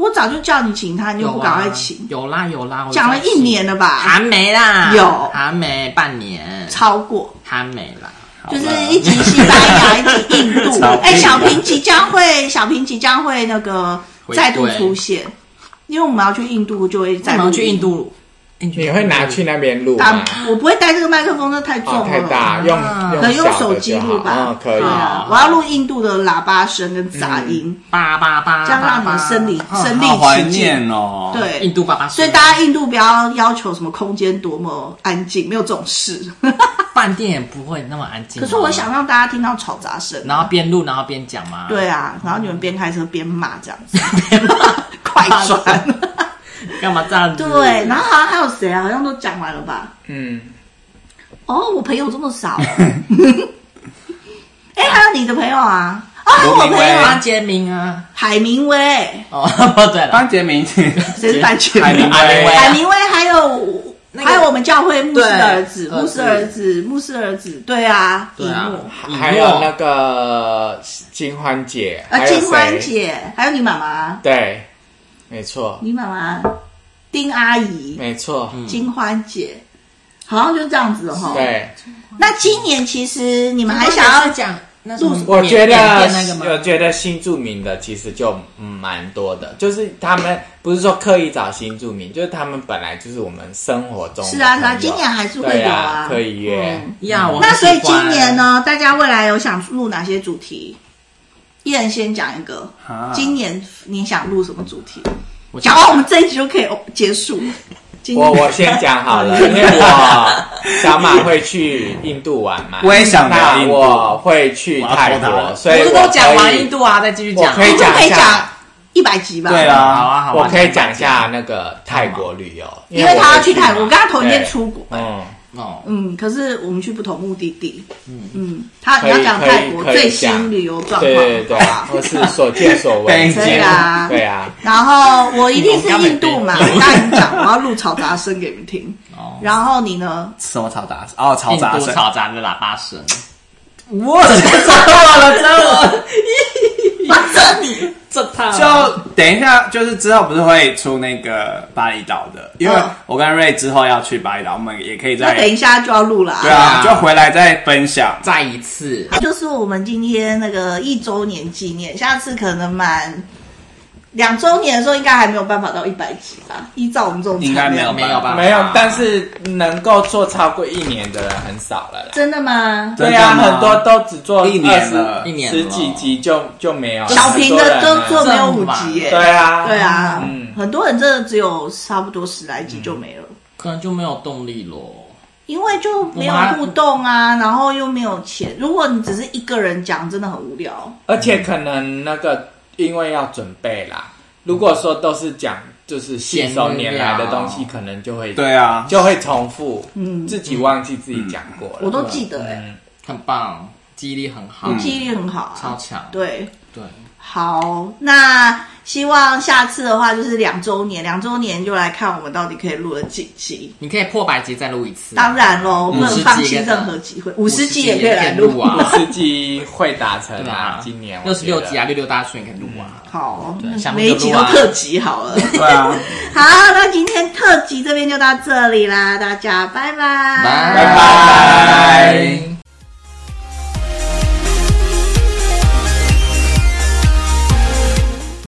[SPEAKER 1] 我早就叫你请他，你就
[SPEAKER 4] 有
[SPEAKER 1] 不
[SPEAKER 4] 啊
[SPEAKER 1] 赶快请，
[SPEAKER 4] 有啦有啦，我
[SPEAKER 1] 讲了一年了吧
[SPEAKER 4] 还没啦，
[SPEAKER 1] 有
[SPEAKER 4] 还没半年，
[SPEAKER 1] 超过。
[SPEAKER 4] 还没啦，
[SPEAKER 1] 就是一集西班牙，一集印度
[SPEAKER 3] 少。
[SPEAKER 1] 哎、
[SPEAKER 3] 屁
[SPEAKER 1] 小平即将会，小平即将会那个
[SPEAKER 4] 回归
[SPEAKER 1] 再度出现，因为我们要去印度，就会
[SPEAKER 4] 再
[SPEAKER 1] 再
[SPEAKER 4] 忙去印。度，印度
[SPEAKER 2] 你会拿去那边录吗
[SPEAKER 1] 打？，我不会带这个麦克风，那太重了。
[SPEAKER 2] 哦，太大，用
[SPEAKER 1] 可
[SPEAKER 2] 用
[SPEAKER 1] 能用
[SPEAKER 2] 小
[SPEAKER 1] 手
[SPEAKER 2] 的
[SPEAKER 1] 机
[SPEAKER 2] 就
[SPEAKER 1] 录
[SPEAKER 2] 好，
[SPEAKER 1] 吧
[SPEAKER 2] 嗯，，可以
[SPEAKER 1] 对。啊
[SPEAKER 4] 好，
[SPEAKER 1] 我要录印度的喇叭声跟杂音，
[SPEAKER 4] 叭叭叭，
[SPEAKER 1] 这样让你们身临
[SPEAKER 4] 嗯
[SPEAKER 1] 身
[SPEAKER 3] 好怀
[SPEAKER 1] 临其境。
[SPEAKER 3] 念哦。，
[SPEAKER 1] 对
[SPEAKER 4] 印，度爸爸，
[SPEAKER 1] 所以大家印度不要要求什么空间多么安静，没有这种事。
[SPEAKER 4] 饭店也不会那么安静。
[SPEAKER 1] 可是我想，让大家听到吵杂声，
[SPEAKER 4] 然后边录然后边讲嘛，，
[SPEAKER 1] 嗯对啊，然后你们边开车边骂这样子， 快转。
[SPEAKER 4] 干嘛这样子？
[SPEAKER 1] 对，然后好像还有谁啊？好像都讲完了吧？
[SPEAKER 2] 嗯，
[SPEAKER 1] 哦，我朋友这么少、哎、还有你的朋友啊？啊，还有我
[SPEAKER 3] 罗
[SPEAKER 1] 朋
[SPEAKER 3] 明
[SPEAKER 1] 友
[SPEAKER 3] 威
[SPEAKER 1] 啊
[SPEAKER 4] 潘杰明啊，
[SPEAKER 1] 海明威，
[SPEAKER 4] 哦， 对了，
[SPEAKER 3] 班杰明，
[SPEAKER 1] 谁是白雪？
[SPEAKER 3] 海明
[SPEAKER 4] 海明威
[SPEAKER 3] 威，
[SPEAKER 1] 海明威还有、
[SPEAKER 4] 个
[SPEAKER 1] 还有我们教会牧师的儿子，
[SPEAKER 4] 对
[SPEAKER 1] 牧师儿子，牧师儿子，对啊，
[SPEAKER 4] 对啊
[SPEAKER 1] 荧幕
[SPEAKER 2] 还有那个金欢姐，
[SPEAKER 1] 啊，
[SPEAKER 2] 还有
[SPEAKER 1] 金欢
[SPEAKER 2] 谁？
[SPEAKER 1] 姐，还有你妈妈，
[SPEAKER 2] 对，没错，
[SPEAKER 1] 你妈妈，丁阿姨，
[SPEAKER 2] 没错，
[SPEAKER 1] 金欢姐，好像就这样子哈。
[SPEAKER 2] 对。
[SPEAKER 1] 那今年其实你们还想
[SPEAKER 4] 想
[SPEAKER 1] 要
[SPEAKER 4] 要讲那什么
[SPEAKER 1] 嗯
[SPEAKER 2] 我觉得
[SPEAKER 4] 缅甸那个，
[SPEAKER 2] 我
[SPEAKER 4] 吗？
[SPEAKER 2] 觉得新住民的其实就嗯蛮多的，就是他们不是说刻意找新住民，就是他们本来就是我们生活中的
[SPEAKER 1] 是啊是啊
[SPEAKER 2] 朋友
[SPEAKER 1] 今年还是会
[SPEAKER 2] 嗯对
[SPEAKER 1] 有
[SPEAKER 2] 啊
[SPEAKER 1] 啊，
[SPEAKER 2] 可以约。
[SPEAKER 1] 嗯
[SPEAKER 4] 呀，我很
[SPEAKER 1] 那所以
[SPEAKER 4] 喜欢
[SPEAKER 1] 今年？呢，大家未来有想录哪些主题？一人先讲一个，
[SPEAKER 3] 啊
[SPEAKER 1] 今年你想录什么主题？
[SPEAKER 4] 我
[SPEAKER 1] 讲完我们这一集就可以结束。今
[SPEAKER 2] 我
[SPEAKER 1] 年
[SPEAKER 2] 我先讲好了，因为我小马会去印度玩嘛，
[SPEAKER 3] 我也想聊
[SPEAKER 2] 那
[SPEAKER 3] 印度
[SPEAKER 2] 我会去泰
[SPEAKER 3] 我要偷
[SPEAKER 2] 国，
[SPEAKER 3] 他
[SPEAKER 2] 所以
[SPEAKER 4] 不是都讲
[SPEAKER 2] 我可
[SPEAKER 4] 完
[SPEAKER 2] 以
[SPEAKER 4] 印度啊，再继续讲。
[SPEAKER 2] 我可
[SPEAKER 1] 你
[SPEAKER 2] 以
[SPEAKER 1] 就
[SPEAKER 2] 讲
[SPEAKER 1] 可以
[SPEAKER 2] 一下
[SPEAKER 1] 讲一百集吧。
[SPEAKER 3] 对啊
[SPEAKER 4] 好啊，好啊，
[SPEAKER 2] 我可以讲一下那个泰国旅游，
[SPEAKER 1] 因为他要去
[SPEAKER 2] 我会
[SPEAKER 1] 泰国，
[SPEAKER 2] 嘛
[SPEAKER 1] 我跟他同一天
[SPEAKER 2] 对
[SPEAKER 1] 出国。
[SPEAKER 2] 嗯，
[SPEAKER 4] 哦，
[SPEAKER 1] 嗯，可是我们去不同目的地。嗯嗯，他
[SPEAKER 2] 可
[SPEAKER 1] 你
[SPEAKER 2] 以
[SPEAKER 1] 要讲
[SPEAKER 2] 可以
[SPEAKER 1] 泰国
[SPEAKER 2] 可以
[SPEAKER 1] 最
[SPEAKER 2] 讲
[SPEAKER 1] 新旅游状况，
[SPEAKER 2] 对对 对，
[SPEAKER 1] 好不好
[SPEAKER 2] 我是所见所 闻，
[SPEAKER 3] 可
[SPEAKER 1] 以啊
[SPEAKER 2] 对啊，
[SPEAKER 1] 然后我一定是印度嘛，我跟你讲，我要录嘈杂声给你们听。
[SPEAKER 4] 哦
[SPEAKER 1] 然后你呢？
[SPEAKER 3] 什么嘈杂？哦，嘈
[SPEAKER 4] 印
[SPEAKER 3] 杂
[SPEAKER 4] 度
[SPEAKER 3] 声。
[SPEAKER 4] 吵杂的喇叭声，
[SPEAKER 3] 我错了，真的。
[SPEAKER 1] 哇，这你
[SPEAKER 4] 这套
[SPEAKER 3] 就等一下，就是之后不是会出那个巴厘岛的，因为
[SPEAKER 1] 嗯
[SPEAKER 3] 我跟瑞之后要去巴厘岛，我们也可以
[SPEAKER 1] 那
[SPEAKER 3] 再
[SPEAKER 1] 等一下就要录了、啊
[SPEAKER 3] 对啊，就回来再分享。
[SPEAKER 4] 再一次，
[SPEAKER 1] 就是我们今天那个一周年纪念，下次可能满两周年的时候，应该还没有办法到一百集吧？依照我们这种
[SPEAKER 3] 应该没有
[SPEAKER 1] 产量
[SPEAKER 4] 没有吧？
[SPEAKER 2] 没有，但是能够做超过一年的人很少了啦。
[SPEAKER 1] 真的吗？
[SPEAKER 3] 真
[SPEAKER 2] 对
[SPEAKER 3] 的
[SPEAKER 2] 啊，
[SPEAKER 3] 吗
[SPEAKER 2] 很多都只做
[SPEAKER 3] 一年了
[SPEAKER 2] 20
[SPEAKER 4] 一年了
[SPEAKER 2] 十几集就就没有。
[SPEAKER 1] 小平的都做
[SPEAKER 4] 这
[SPEAKER 1] 没
[SPEAKER 4] 样
[SPEAKER 1] 有
[SPEAKER 4] 子
[SPEAKER 1] 五
[SPEAKER 4] 吧
[SPEAKER 1] 集耶、
[SPEAKER 2] 啊对啊，
[SPEAKER 1] 对，啊，
[SPEAKER 2] 嗯
[SPEAKER 1] 很多人真的只有差不多十来集就没了。
[SPEAKER 4] 可能就没有动力咯。
[SPEAKER 1] 因为就没有
[SPEAKER 4] 我们还
[SPEAKER 1] 互动啊，然后又没有钱。如果你只是一个人讲，真的很无聊。
[SPEAKER 2] 而且可能那个因为要准备啦，如果说都是讲就是信手拈来的东西，
[SPEAKER 4] 闲聊
[SPEAKER 2] 可能就会
[SPEAKER 3] 对啊，
[SPEAKER 2] 就会重复，
[SPEAKER 1] 嗯
[SPEAKER 2] 自己忘记自己讲过了。
[SPEAKER 1] 我都记得哎、
[SPEAKER 2] 嗯
[SPEAKER 4] 很棒，记忆力很好，
[SPEAKER 1] 嗯我记忆力很好啊。
[SPEAKER 4] 嗯超强。
[SPEAKER 1] 对，
[SPEAKER 4] 对，
[SPEAKER 1] 好，那希望下次的话就是两周年，两周年就来看我们到底可以录了几集。
[SPEAKER 4] 你可以破百集再录一次。
[SPEAKER 1] 当然喽，不能
[SPEAKER 4] 50
[SPEAKER 1] 放
[SPEAKER 4] 集
[SPEAKER 1] 弃
[SPEAKER 4] 也
[SPEAKER 1] 任
[SPEAKER 4] 可
[SPEAKER 1] 何机会，五十集
[SPEAKER 4] 集
[SPEAKER 1] 也可以来
[SPEAKER 4] 也可以
[SPEAKER 1] 录
[SPEAKER 4] 录啊
[SPEAKER 2] 司机会达成
[SPEAKER 4] 对
[SPEAKER 2] 啊
[SPEAKER 4] 啊，，
[SPEAKER 2] 今年
[SPEAKER 4] 六十六集
[SPEAKER 2] 集
[SPEAKER 4] 啊，六六大顺也可以录啊。
[SPEAKER 1] 好嗯
[SPEAKER 4] 对下，
[SPEAKER 1] 每一
[SPEAKER 4] 面
[SPEAKER 1] 集
[SPEAKER 4] 就
[SPEAKER 1] 都
[SPEAKER 4] 录啊
[SPEAKER 1] 特辑好 了。
[SPEAKER 3] 对啊，
[SPEAKER 1] 好，那今天特辑这边就到这里啦，大家拜拜，
[SPEAKER 4] 拜
[SPEAKER 2] 拜拜。